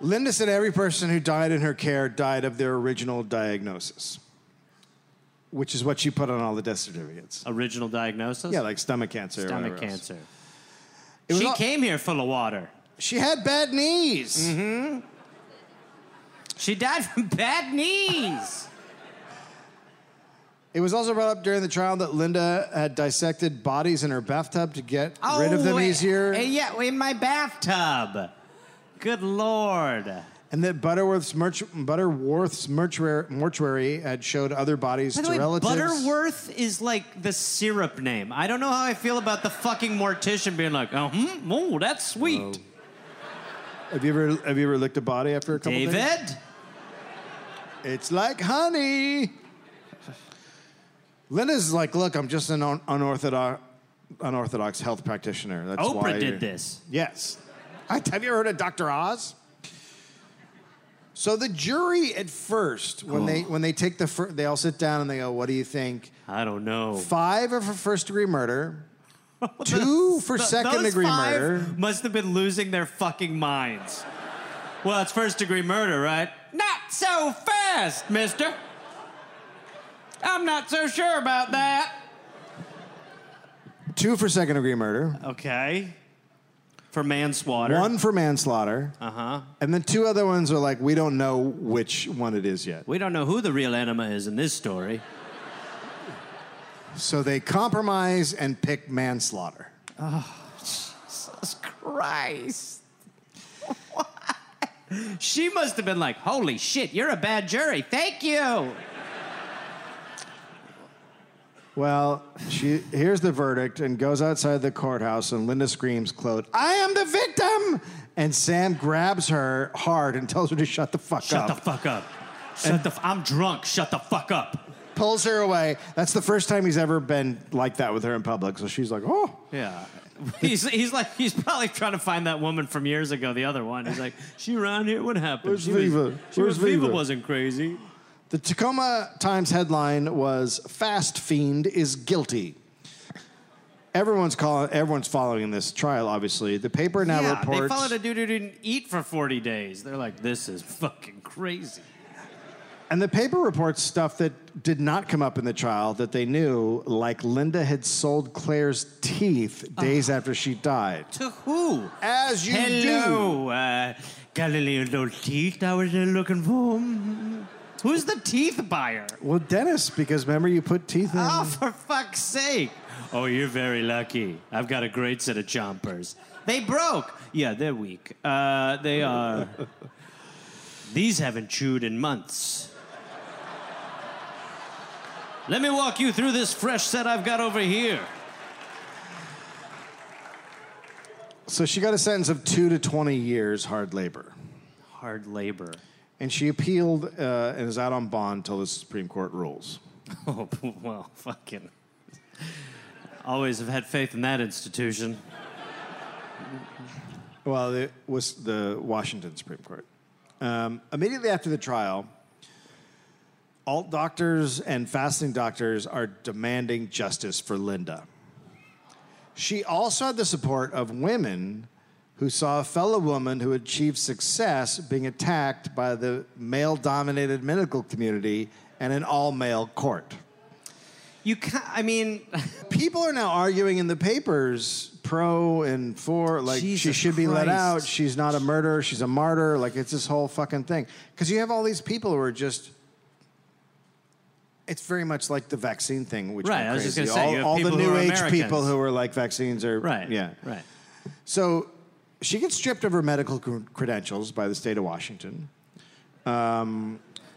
Linda said every person who died in her care died of their original diagnosis, which is what she put on all the death certificates. Original diagnosis? Yeah, like stomach cancer. or stomach whatever else. cancer. It was She all- came here full of water. She had bad knees. Mm-hmm. She died from bad knees. It was also brought up during the trial that Linda had dissected bodies in her bathtub to get Oh, rid of them eh, easier, eh, yeah, in my bathtub. Good lord. and that Butterworth's, merch- Butterworth's mortuary-, mortuary had showed other bodies By the to way, relatives. Butterworth is like the syrup name. I don't know how I feel about the fucking mortician being like, oh, hmm, oh that's sweet. Have you ever have you ever licked a body after a couple days? David? It's like honey. Linda's like, look, I'm just an un- unorthodox, unorthodox health practitioner. That's why Oprah you're-" did this. Yes. I- have you ever heard of Dr. Oz? So the jury at first, when they when they take the fir- they all sit down and they go, "What do you think?" I don't know. Five are for first degree murder, two for Th- second those degree five murder. Must have been losing their fucking minds. Well, it's first degree murder, right? Not so fast, mister. I'm not so sure about that. Two for second degree murder, Okay. For manslaughter. one for manslaughter, Uh huh. and then two other ones are like, we don't know which one it is yet. We don't know who the real enema is in this story. So they compromise and pick manslaughter. Jesus Christ. What? She must have been like, holy shit, you're a bad jury. Thank you. Well, she hears the verdict and goes outside the courthouse, and Linda screams, "Quote, I am the victim!" And Sam grabs her hard and tells her to shut the fuck Shut up. the fuck up. Shut the. F- I'm drunk. Shut the fuck up. pulls her away. That's the first time he's ever been like that with her in public. So she's like, "Oh." Yeah. He's, he's like he's probably trying to find that woman from years ago, the other one. He's like, she around here. What happened? Where's she was- Viva? she was- Where's Viva?" Viva wasn't crazy. The Tacoma Times headline was "Fast Fiend is Guilty." Everyone's calling. Everyone's following this trial. Obviously, the paper now yeah, reports they followed a dude who didn't eat for 40 days. They're like, this is fucking crazy. And the paper reports stuff that did not come up in the trial that they knew, like Linda had sold Claire's teeth days after she died. To who? As you Hello, uh, Galileo those teeth I was uh, looking for. Who's the teeth buyer? Well, dentist, because remember you put teeth in. Oh, for fuck's sake. Oh, you're very lucky. I've got a great set of chompers. They broke. Yeah, they're weak. Uh, they are. These haven't chewed in months. Let me walk you through this fresh set I've got over here. So she got a sentence of two to 20 years hard labor. Hard labor. And she appealed uh, and is out on bond till the Supreme Court rules. Oh, well, fucking. Always have had faith in that institution. Well, it was the Washington Supreme Court. Um, immediately after the trial, alt doctors and fasting doctors are demanding justice for Linda. She also had the support of women who saw a fellow woman who achieved success being attacked by the male dominated medical community and an all male court You can't, I mean, people are now arguing in the papers pro and for like she Jesus should be let Christ. out she's not a murderer she's a martyr like it's this whole fucking thing because you have all these people who are just it's very much like the vaccine thing which Right, went I was just crazy. gonna say, you have all, all the people who new are age people Americans. who are like vaccines are right. yeah Right. so she gets stripped of her medical cr- credentials by the state of washington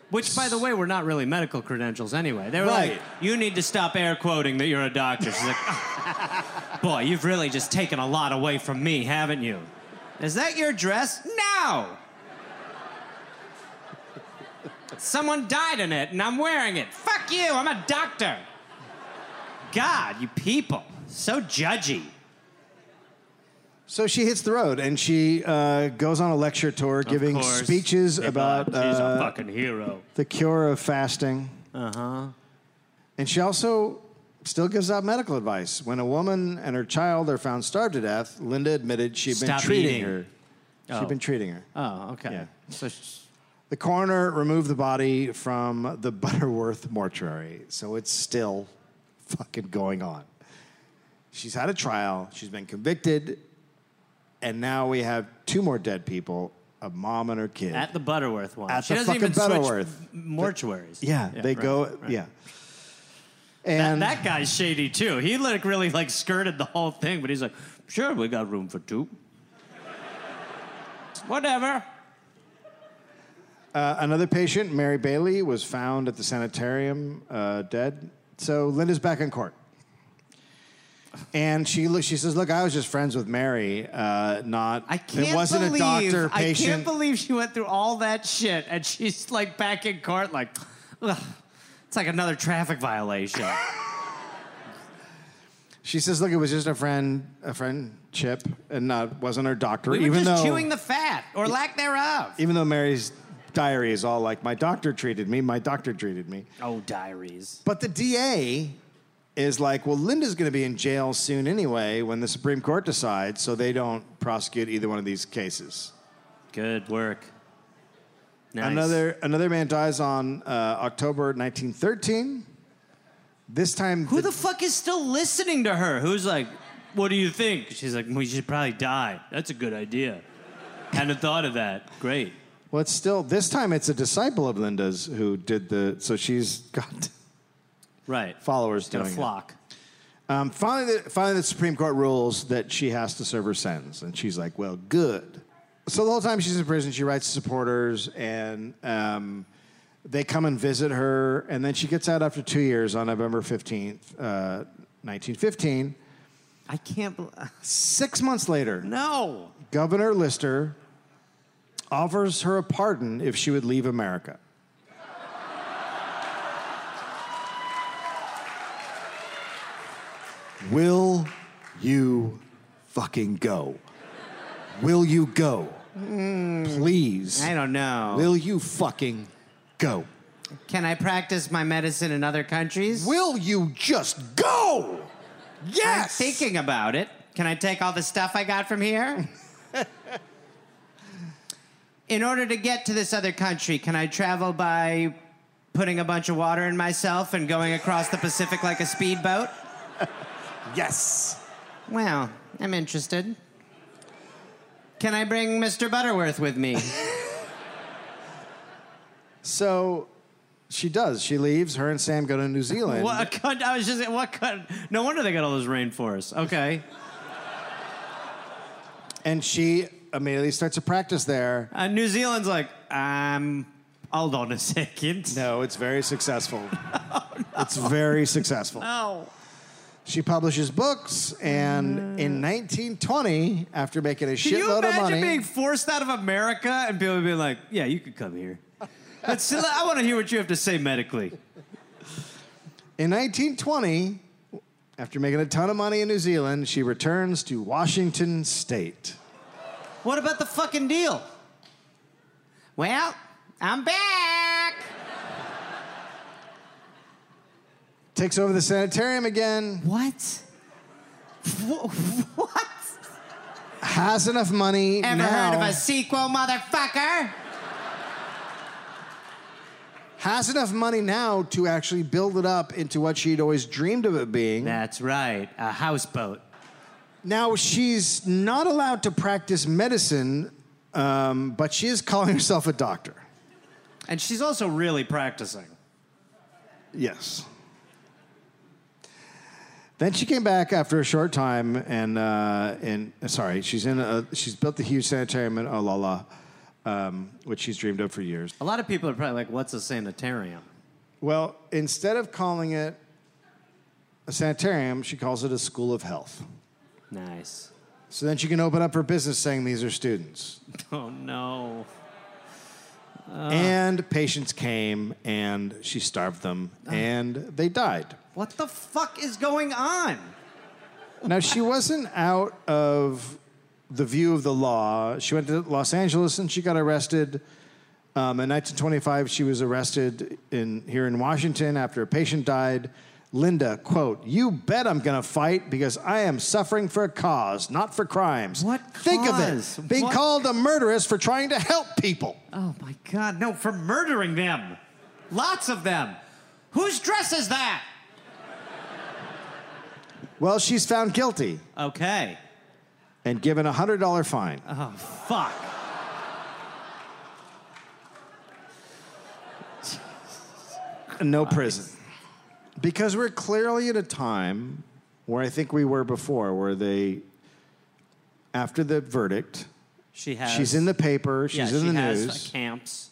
Which, by the way, were not really medical credentials anyway. They were Right. like, you need to stop air quoting that you're a doctor. She's like, boy, you've really just taken a lot away from me, haven't you? Is that your dress? No! Someone died in it and I'm wearing it. Fuck you, I'm a doctor. God, you people, so judgy. So she hits the road and she uh, goes on a lecture tour Of giving course, speeches if, uh, about She's uh, a fucking hero. the cure of fasting. Uh huh. Uh-huh. And she also still gives out medical advice. When a woman and her child are found starved to death, Linda admitted she'd been Stop treating eating. her. Oh. She'd been treating her. Oh, okay. Yeah. So she's- The coroner removed the body from the Butterworth mortuary, so it's still fucking going on. She's had a trial, she's been convicted, and now we have two more dead people a mom and her kid. At the Butterworth one. At she the doesn't fucking even switch Butterworth. mortuaries. yeah, they right, go, right. yeah. That, And that guy's shady too. He like really like skirted the whole thing, but he's like, sure, we got room for two. Whatever. uh, another patient, Mary Bailey, was found at the sanitarium uh, dead. So Linda's back in court. And she look, she says, "Look, I was just friends with Mary, uh, not I can't it wasn't believe, a doctor I patient." can't believe she went through all that shit and she's like back in court like, Ugh, it's like another traffic violation. She says, "Look, it was just a friend, a friendship, and not wasn't her doctor." we were even just though, chewing the fat or lack thereof. even though Mary's diary is all like, "My doctor treated me. My doctor treated me." oh, diaries. But the DA is like, "Well, Linda's going to be in jail soon anyway when the Supreme Court decides, so they don't prosecute either one of these cases." Good work. Nice. Another another man dies on uh, October 1913. This time, Who the fuck is still listening to her? Who's like, what do you think? She's like, we should probably die. That's a good idea. Hadn't thought of that. Great. well, it's still this time it's a disciple of Linda's who did the. So she's got. Right. Followers Got a doing it. flock. Um, finally, the, finally, the Supreme Court rules that she has to serve her sentence, and she's like, "Well, good." So the whole time she's in prison, she writes to supporters, and um, they come and visit her, and then she gets out after two years on November fifteenth, uh, nineteen fifteen. I can't. Bl- Six months later, no. Governor Lister offers her a pardon if she would leave America. Will you fucking go? Will you go? Please. I don't know. Will you fucking go? Can I practice my medicine in other countries? Will you just go? I'm Yes. thinking about it. Can I take all the stuff I got from here? in order to get to this other country, can I travel by putting a bunch of water in myself and going across the Pacific like a speedboat? Yes. Well, I'm interested. Can I bring Mr. Butterworth with me? So She does. She leaves. Her and Sam go to New Zealand. What a cunt. I was just what cunt. No wonder they got all those rainforests. Okay. And she immediately starts to practice there. Uh, New Zealand's like, um, hold on a second. No, it's very successful. Oh, It's very successful. No. She publishes books, and in 1920, after making a Mm. Can you shitload of imagine money, being forced out of America and people being like, yeah, you could come here. Let's, I want to hear what you have to say medically. in 1920, after making a ton of money in New Zealand, she returns to Washington State. What about the fucking deal? Well, I'm back. Takes over the sanitarium again, What? Wh- What? has enough money Ever now, heard of a sequel, motherfucker? has enough money now to actually build it up into what she'd always dreamed of it being. That's right, a houseboat. Now she's not allowed to practice medicine, um, but she is calling herself a doctor. And she's also really practicing. Yes. Then she came back after a short time, and uh, and sorry, she's in a, she's built the huge sanitarium in Olala, um, which she's dreamed of for years. A lot of people are probably like, what's a sanitarium? Well, instead of calling it a sanitarium, she calls it a school of health. Nice. So then she can open up her business saying these are students. Oh no. Ah. And patients came and she starved them Ah. and they died. What the fuck is going on? Now, she wasn't out of the view of the law. She went to Los Angeles and she got arrested. Um, in 1925, she was arrested in, here in Washington after a patient died. Linda, quote, you bet I'm going to fight because I am suffering for a cause, not for crimes. What Think cause? of it. Being What- called a murderess for trying to help people. Oh my god, no, for murdering them. Lots of them. Whose dress is that? Well, she's found guilty Okay. and given a $100 fine. Oh fuck. No prison. Because we're clearly at a time where I think we were before, where they, after the verdict, She has she's in the paper, she's yeah, in she the has news, uh, camps.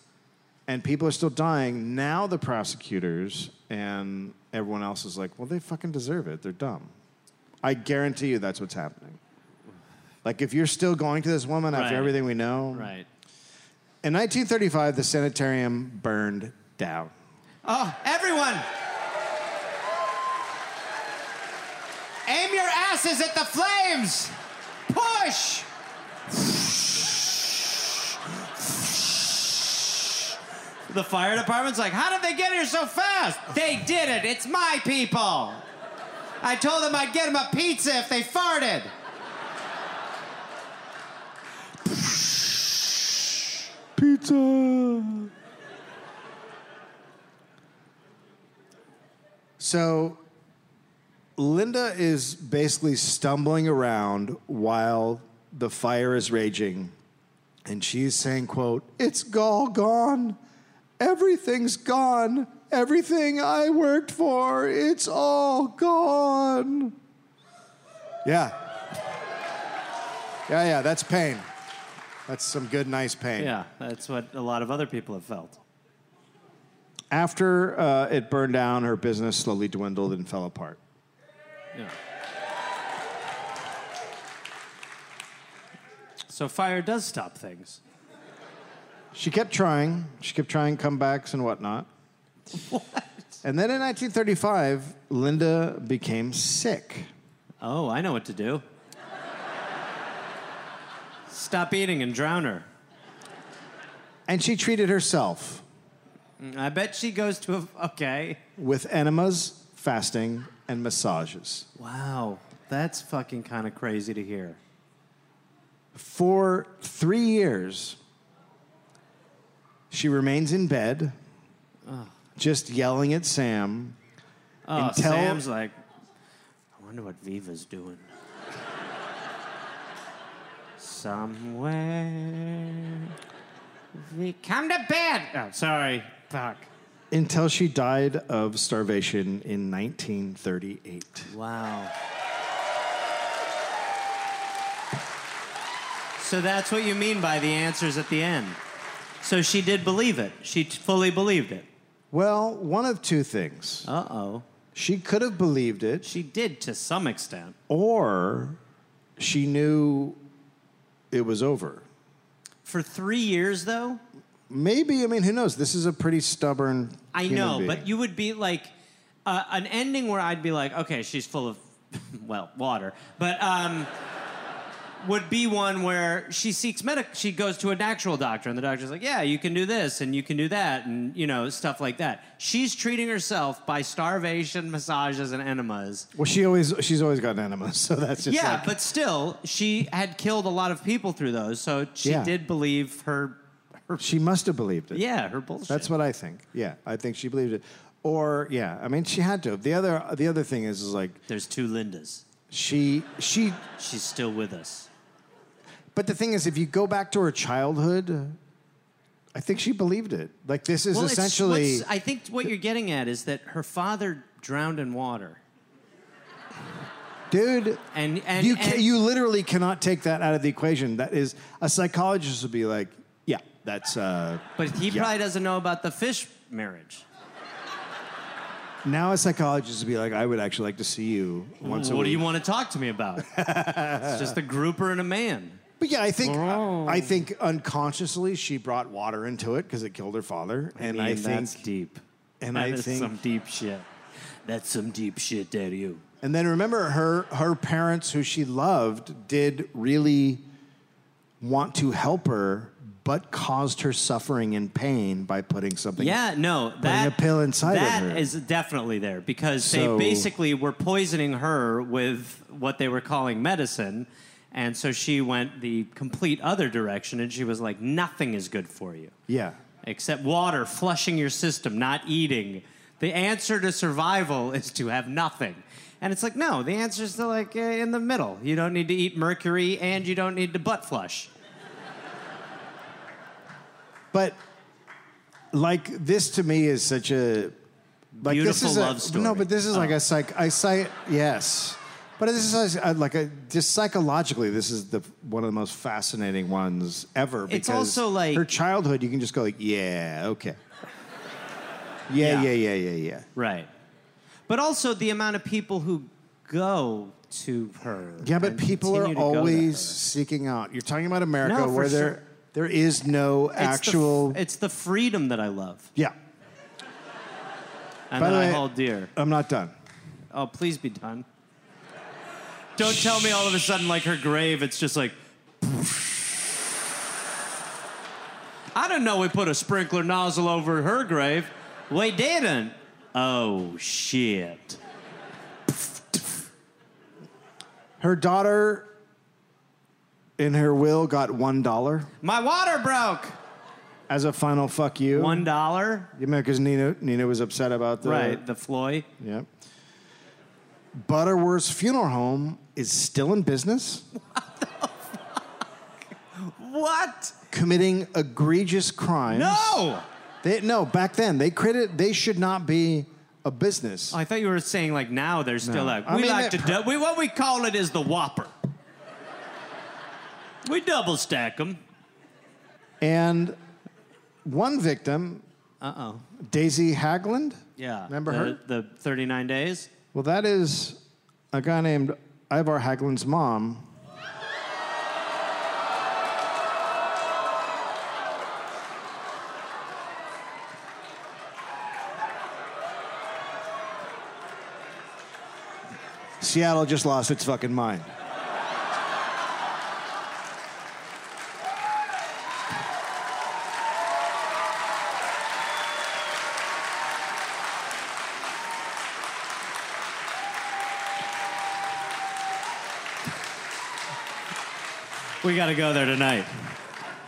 and people are still dying. Now the prosecutors and everyone else is like, well, they fucking deserve it. They're dumb. I guarantee you that's what's happening. Like, if you're still going to this woman after Right. everything we know. Right. In 1935, the sanitarium burned down. Oh, everyone. Aim your asses at the flames. Push. The fire department's like, how did they get here so fast? They did it. It's my people. I told them I'd get them a pizza if they farted. So Linda is basically stumbling around while the fire is raging and she's saying quote it's all gone everything's gone everything i worked for it's all gone yeah yeah yeah that's pain that's some good nice pain Yeah, that's what a lot of other people have felt. after uh, it burned down her business slowly dwindled and fell apart So fire does stop things. She kept trying. She kept trying comebacks and whatnot. And then in 1935, Linda became sick. Oh, I know what to do. Stop eating and drown her. And she treated herself I bet she goes to a. Okay. with enemas, fasting, and massages Wow. That's fucking kind of crazy to hear. for three years. She remains in bed, just yelling at Sam. Oh, And tell- Sam's like, I wonder what Viva's doing. Somewhere. We come to bed. Oh, sorry. Fuck. until she died of starvation in 1938. Wow. So that's what you mean by the answers at the end. So she did believe it. She t- fully believed it. Well, one of two things. Uh oh. She could have believed it, She did to some extent. or she knew it was over. For three years, though, Maybe, I mean, who knows? This is a pretty stubborn. I human know, being. but you would be like uh, an ending where I'd be like, okay, she's full of, well, water, but um, would be one where she seeks medic. She goes to an actual doctor, and the doctor's like, yeah, you can do this and you can do that, and you know stuff like that. She's treating herself by starvation, massages, and enemas. Well, she always she's always got enemas, so that's just yeah, like- but still, she had killed a lot of people through those, so she Yeah. did believe her. her she must have believed it. yeah, her bullshit. That's what I think. Yeah, I think she believed it. Or yeah, I mean, she had to. have. The other the other thing is is like There's two Lindas. she she. She's still with us. But the thing is, if you go back to her childhood, I think she believed it. Like this is it's- essentially what's- I think what you're getting at is that her father drowned in water, dude. and and you and, can, you literally cannot take that out of the equation. That is a psychologist would be like, yeah, that's. Uh, but he yeah. probably doesn't know about the fish marriage. now a psychologist would be like, I would actually like to see you once a what week. do you want to talk to me about? it's just a grouper and a man. But yeah, I think I think unconsciously she brought water into it because it killed her father, and I, mean, think that's deep. and That I is think some deep shit. That's some deep shit, Daddy. You. and then remember her her parents who she loved did really want to help her, but caused her suffering and pain by putting something. Yeah, no, that a pill inside of that her. is definitely there because So- they basically were poisoning her with what they were calling medicine, and so she went the complete other direction, and she was like, "Nothing is good for you yeah, except water, flushing your system, not eating. The answer to survival is to have nothing." And it's like, no, the answer is to like uh, in the middle. You don't need to eat mercury, and you don't need to butt flush. but like this to me is such a like this Beautiful is a- love story. Oh. No, but this is like a psych. I psych. Yes, but this is a- like a just psychologically. This is the one of the most fascinating ones ever. It's Because also like- her childhood. You can just go like, yeah, okay. Yeah, Yeah. yeah, yeah, yeah, yeah. Right. But also the amount of people who go to her. Yeah, but and people are continue to go to always her. seeking out. You're talking about America, No, for where there sure. there is no It's the f- actual. it's the freedom that I love yeah, and By that the I way- hold dear. I'm not done. Oh, please be done. Don't tell me all of a sudden, like her grave, it's just like. I don't know. We put a sprinkler nozzle over her grave. We didn't. Oh shit. Her daughter, in her will, got one dollar My water broke. as a final fuck you. One dollar. Yeah, because Nina Nina was upset about the Right. The Floyd. Yeah. Butterworth's funeral home is still in business, What? committing egregious crimes. No. They, no, back then they created. They should not be a business. Oh, I thought you were saying like now they're still like I we mean, like to that do- we what we call it is the whopper. We double stack them. and one victim, Uh oh. Daisy Hagland. Yeah. Remember the, her? The 39 days. Well, that is a guy named Ivar Hagland's mom. Seattle just lost its fucking mind. We got to go there tonight.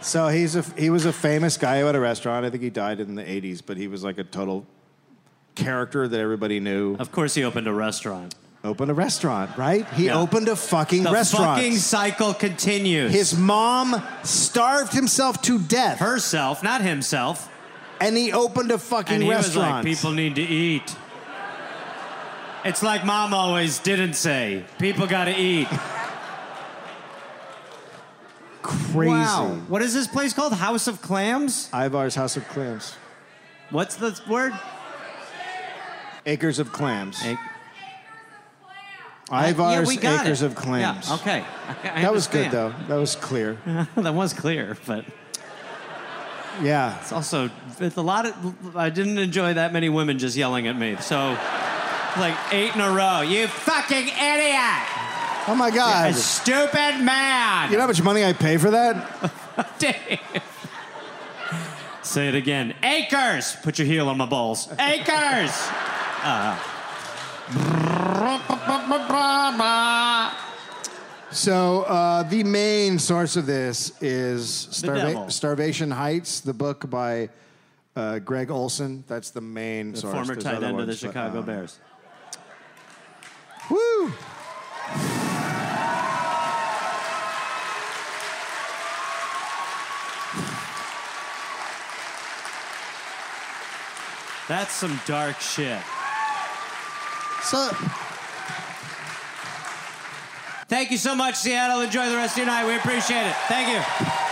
So he's a he was a famous guy who had a restaurant. I think he died in the 80s, but he was like a total character that everybody knew. Of course, he opened a restaurant. Opened a restaurant, right? He Yeah. opened a fucking The restaurant. fucking cycle continues. His mom starved himself to death. herself, not himself. and he opened a fucking and he was restaurant. like, people need to eat. It's like mom always didn't say, people gotta eat. Crazy. Wow. What is this place called? House of Clams? Ivar's House of Clams. What's the word? Acres of clams. Ac- Ivar's yeah, we got Acres it. of Clams. Yeah, okay. I- I That was good understand. Uh-huh. though. That was clear. that was clear, but Yeah. it's also it's a lot of. I didn't enjoy that many women just yelling at me. So, like eight in a row. You fucking idiot! Oh my A God. stupid man. You know how much money I pay for that? Dave. Say it again. Acres. Put your heel on my balls. Acres. Uh, So uh, the main source of this is starva- devil. Starvation Heights, the book by uh, Greg Olson. That's the main the source. former There's tight other end of the ones, but, Chicago um, Bears. Woo! That's some dark shit. So Thank you so much, Seattle. Enjoy the rest of your night. We appreciate it. Thank you.